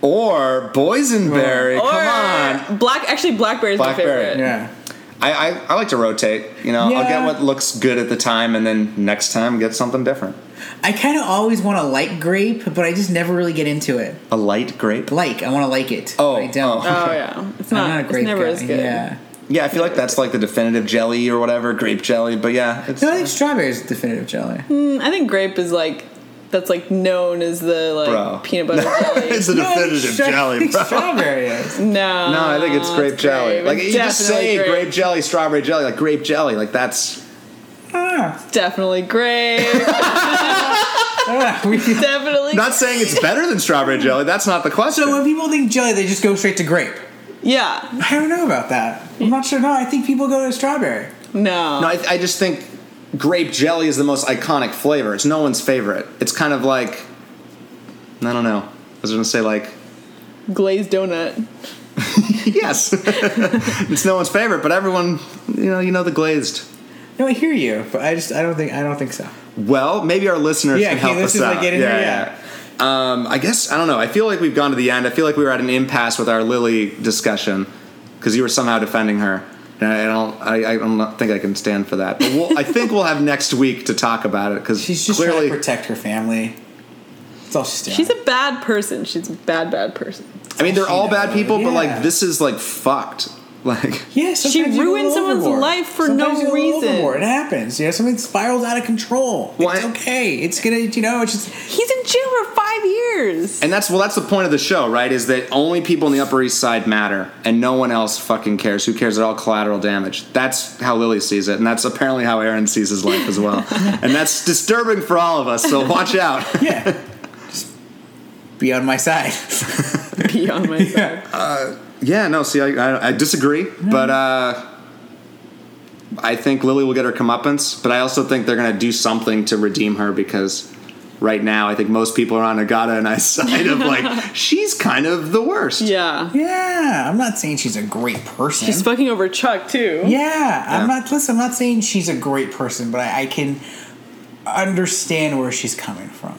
S2: Or boysenberry.
S4: or
S2: Come on.
S4: black. Actually, blackberry is my
S2: Blackberry.
S4: favorite.
S3: Yeah.
S2: I, I, I like to rotate. You know, I'll get
S3: Yeah.
S2: what looks good at the time, and then next time get something different.
S3: I kind of always want to like grape, but I just never really get into it.
S2: A light grape.
S3: Like, I want to like it.
S2: Oh,
S3: but I don't.
S2: oh.
S4: Oh yeah, it's
S3: I'm
S4: not.
S3: not a grape
S4: it's never
S3: guy.
S4: as good.
S3: Yeah.
S2: Yeah, I feel like that's like the definitive jelly or whatever grape jelly. But yeah, it's,
S3: No, I think strawberry is definitive jelly.
S4: Mm, I think grape is like that's like known as the like
S2: Bro.
S4: peanut butter jelly.
S2: it's a
S3: No, I think
S2: definitive
S3: stra- I
S2: jelly,
S3: think
S2: bro.
S3: Strawberry is.
S4: no,
S2: No, I think it's grape jelly.
S4: grape.
S2: Like
S4: It's
S2: you just
S4: definitely
S2: say grape. jelly, strawberry jelly, like grape jelly. Like that's
S3: Ah,
S4: Definitely grape.
S3: ah, we- so
S4: definitely.
S2: not saying it's better than strawberry jelly. That's not the question.
S3: when people think jelly, they just go straight to grape.
S4: yeah.
S3: I don't know about that. I'm not sure. No, I think people go to strawberry.
S4: No.
S2: No, I, I just think grape jelly is the most iconic flavor. It's no one's favorite. It's kind of like I don't know. I was gonna say like
S4: Glazed donut.
S2: yes, it's no one's favorite, but everyone you know you know the glazed.
S3: No, I hear you, but I just I don't think I don't think so.
S2: Well, maybe our listeners
S3: Yeah,
S2: can
S3: can
S2: help us
S3: listeners,
S2: out.
S3: like, get in there?
S2: yeah. Um, I guess I don't know. I feel like we've gone to the end. I feel like we were at an impasse with our Lily discussion because you were somehow defending her. And I I don't. I, I don't think I can stand for that. But we'll, I think we'll have next week to talk about it because
S3: She's just
S2: clearly
S3: trying to protect her family. That's all she's doing.
S4: She's a bad person. She's a bad, bad person.
S2: I mean, they're
S3: She
S2: all bad
S3: knows.
S2: people, but
S3: Yeah.
S2: like this is like fucked. Like
S3: yeah, sometimes you go a
S4: ruined
S3: little
S4: someone's
S3: overboard.
S4: life for
S3: Sometimes you go
S4: no
S3: a little
S4: reason.
S3: overboard. It happens. You know, something spirals out of control.
S2: Well,
S3: it's
S2: I-
S3: okay. It's gonna. You know, it's just
S4: He's in jail for five years.
S2: and that's well that's the point of the show, right? Is that only people in the Upper East Side matter and no one else fucking cares. Who cares? They're all collateral damage. That's how Lily sees it, and that's apparently how Aaron sees his life as well. and that's disturbing for all of us, so watch out.
S3: yeah. just be on my side.
S4: Pee on myself.
S2: yeah, no, see I I, I disagree, but uh I think Lily will get her comeuppance, but I also think they're gonna do something to redeem her because right now I think most people are on Agata and I's side of like she's kind of the worst.
S4: Yeah.
S3: yeah, I'm not saying she's a great person.
S4: She's fucking over Chuck too.
S3: Yeah,
S2: Yeah.
S3: I'm not. Listen, I'm not saying she's a great person, but I, I can understand where she's coming from.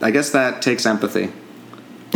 S2: I guess that takes empathy.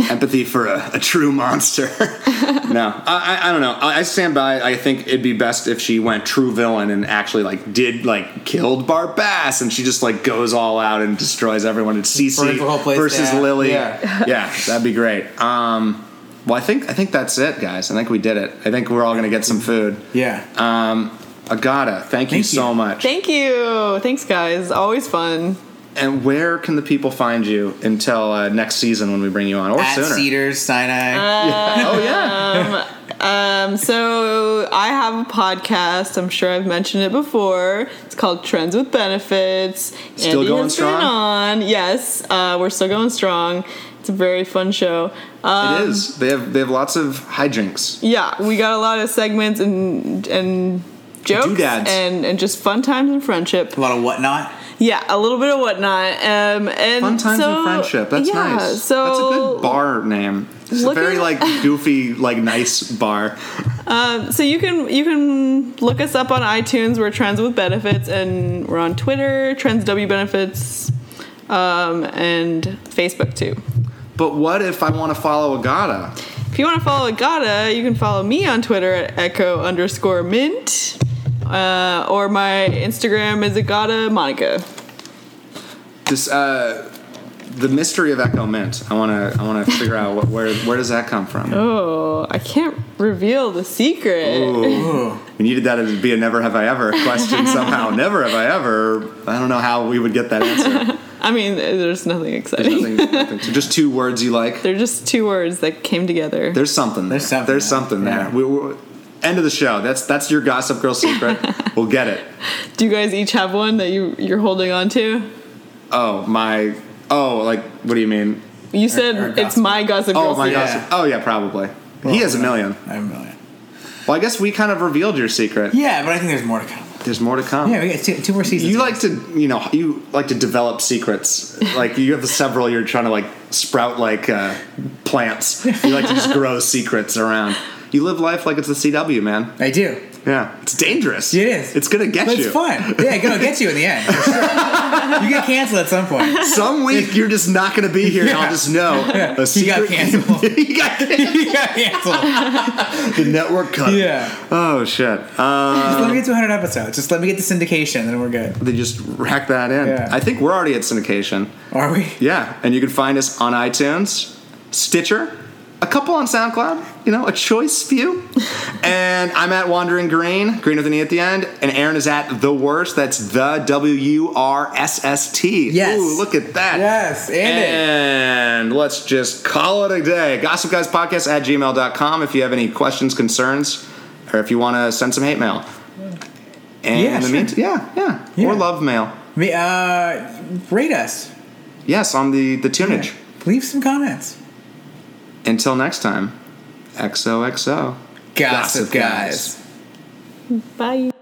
S2: empathy for a, a true monster. no, I, I, I don't know. I, I stand by. I think it'd be best if she went true villain and actually like did like killed Bart Bass, and she just like goes all out and destroys everyone. It's
S3: Burns the whole
S2: Cece
S3: place
S2: versus
S3: down.
S2: Lily.
S3: Yeah.
S2: yeah, that'd be great. Um, well, I think I think that's it, guys. I think we did it. I think we're all gonna get some food.
S3: Yeah.
S2: Um, Agata, thank, you,
S3: you.
S2: so much.
S4: Thank you. Thanks, guys. Always fun.
S2: and where can the people find you until uh, next season when we bring you on, or
S3: At
S2: sooner?
S3: Cedars, Sinai.
S2: oh yeah.
S4: Um, so I have a podcast. I'm sure I've mentioned it before. It's called Trends with Benefits.
S2: Still
S4: Andy
S2: going
S4: has
S2: strong?
S4: Been on. Yes, uh, we're still going strong. It's a very fun show. Um,
S2: it is. They have they have lots of hijinks.
S4: Yeah, we got a lot of segments and and jokes
S2: Doodads.
S4: and and just fun times and friendship.
S3: a lot of whatnot.
S4: Yeah, a little bit of whatnot. Um, and
S2: Fun times
S4: so,
S2: and friendship. That's
S4: yeah,
S2: nice.
S4: So
S2: That's a good bar name. It's a
S4: Look
S2: very
S4: at-
S2: like goofy, like nice bar.
S4: So you can you can look us up on iTunes. We're Trends with Benefits, and we're on Twitter, Trends W Benefits, um, and Facebook too.
S2: But what if I want to follow Agata?
S4: If you want to follow Agata, you can follow me on Twitter at Echo underscore Mint, uh, or my Instagram is Agata Monica.
S2: This uh, the mystery of Echo Mint. I want to I want to figure out what, where where does that come from?
S4: Oh, I can't reveal the secret.
S2: Ooh. We needed that to be a never have I ever question somehow. never have I ever. I don't know how we would get that answer.
S4: I mean, there's nothing exciting.
S2: Nothing, nothing. So just two words you like.
S4: They're just two words that came together.
S2: There's something.
S3: There's
S2: there.
S3: something
S2: There's
S3: there.
S2: something
S3: Yeah.
S2: there. We, we, end of the show. That's that's your gossip girl secret. we'll get it.
S4: Do you guys each have one that you you're holding on to?
S2: Oh my. Oh, like what do you mean?
S4: You said
S3: or
S4: it's
S3: gossip.
S4: my gossip girl.
S2: Oh my
S4: secret.
S3: Yeah.
S2: gossip. Oh yeah, probably. he has a million.
S3: I have a million.
S2: Well, I guess we kind of revealed your secret.
S3: Yeah, but I think there's more to come.
S2: There's more to come.
S3: Yeah, we got two, two more seasons.
S2: You like to, you know, you like to develop secrets. Like you have several you're trying to like sprout like uh, plants. You like to just grow secrets around. You live life like it's the CW, man.
S3: I do.
S2: Yeah, it's dangerous.
S3: It is.
S2: It's gonna get
S3: But
S2: you.
S3: it's fun. Yeah, it'll get you in the end. for sure. you get canceled at some point.
S2: Some week you're just not gonna be here, and I'll just know. A
S3: You got canceled.
S2: you got canceled.
S3: you got canceled.
S2: The network cut. it.
S3: Yeah.
S2: Oh shit. Uh,
S3: Just let me get to 100 episodes. Just let me get the syndication, then we're good.
S2: they just rack that in.
S3: Yeah.
S2: I think we're already at syndication.
S3: Are we?
S2: Yeah, and you can find us on iTunes, Stitcher, a couple on SoundCloud, you know, a choice few. and I'm at Wandering Green, green with an E at the end, and Aaron is at The Worst. That's the W R S S T.
S3: Yes.
S2: Ooh, look at that.
S3: Yes, and it.
S2: And let's just call it a day. Gossip Guys Podcast at gmail.com if you have any questions, concerns, or if you want to send some hate mail. And
S3: Yeah,
S2: in the
S3: sure.
S2: meantime, yeah, yeah,
S3: Yeah.
S2: Or love mail.
S3: Me- Uh, rate us.
S2: Yes, on the, the tunage.
S3: Leave some comments.
S2: Until next time, XOXO.
S3: Gossip,
S2: Gossip Guys.
S3: guys.
S4: Bye.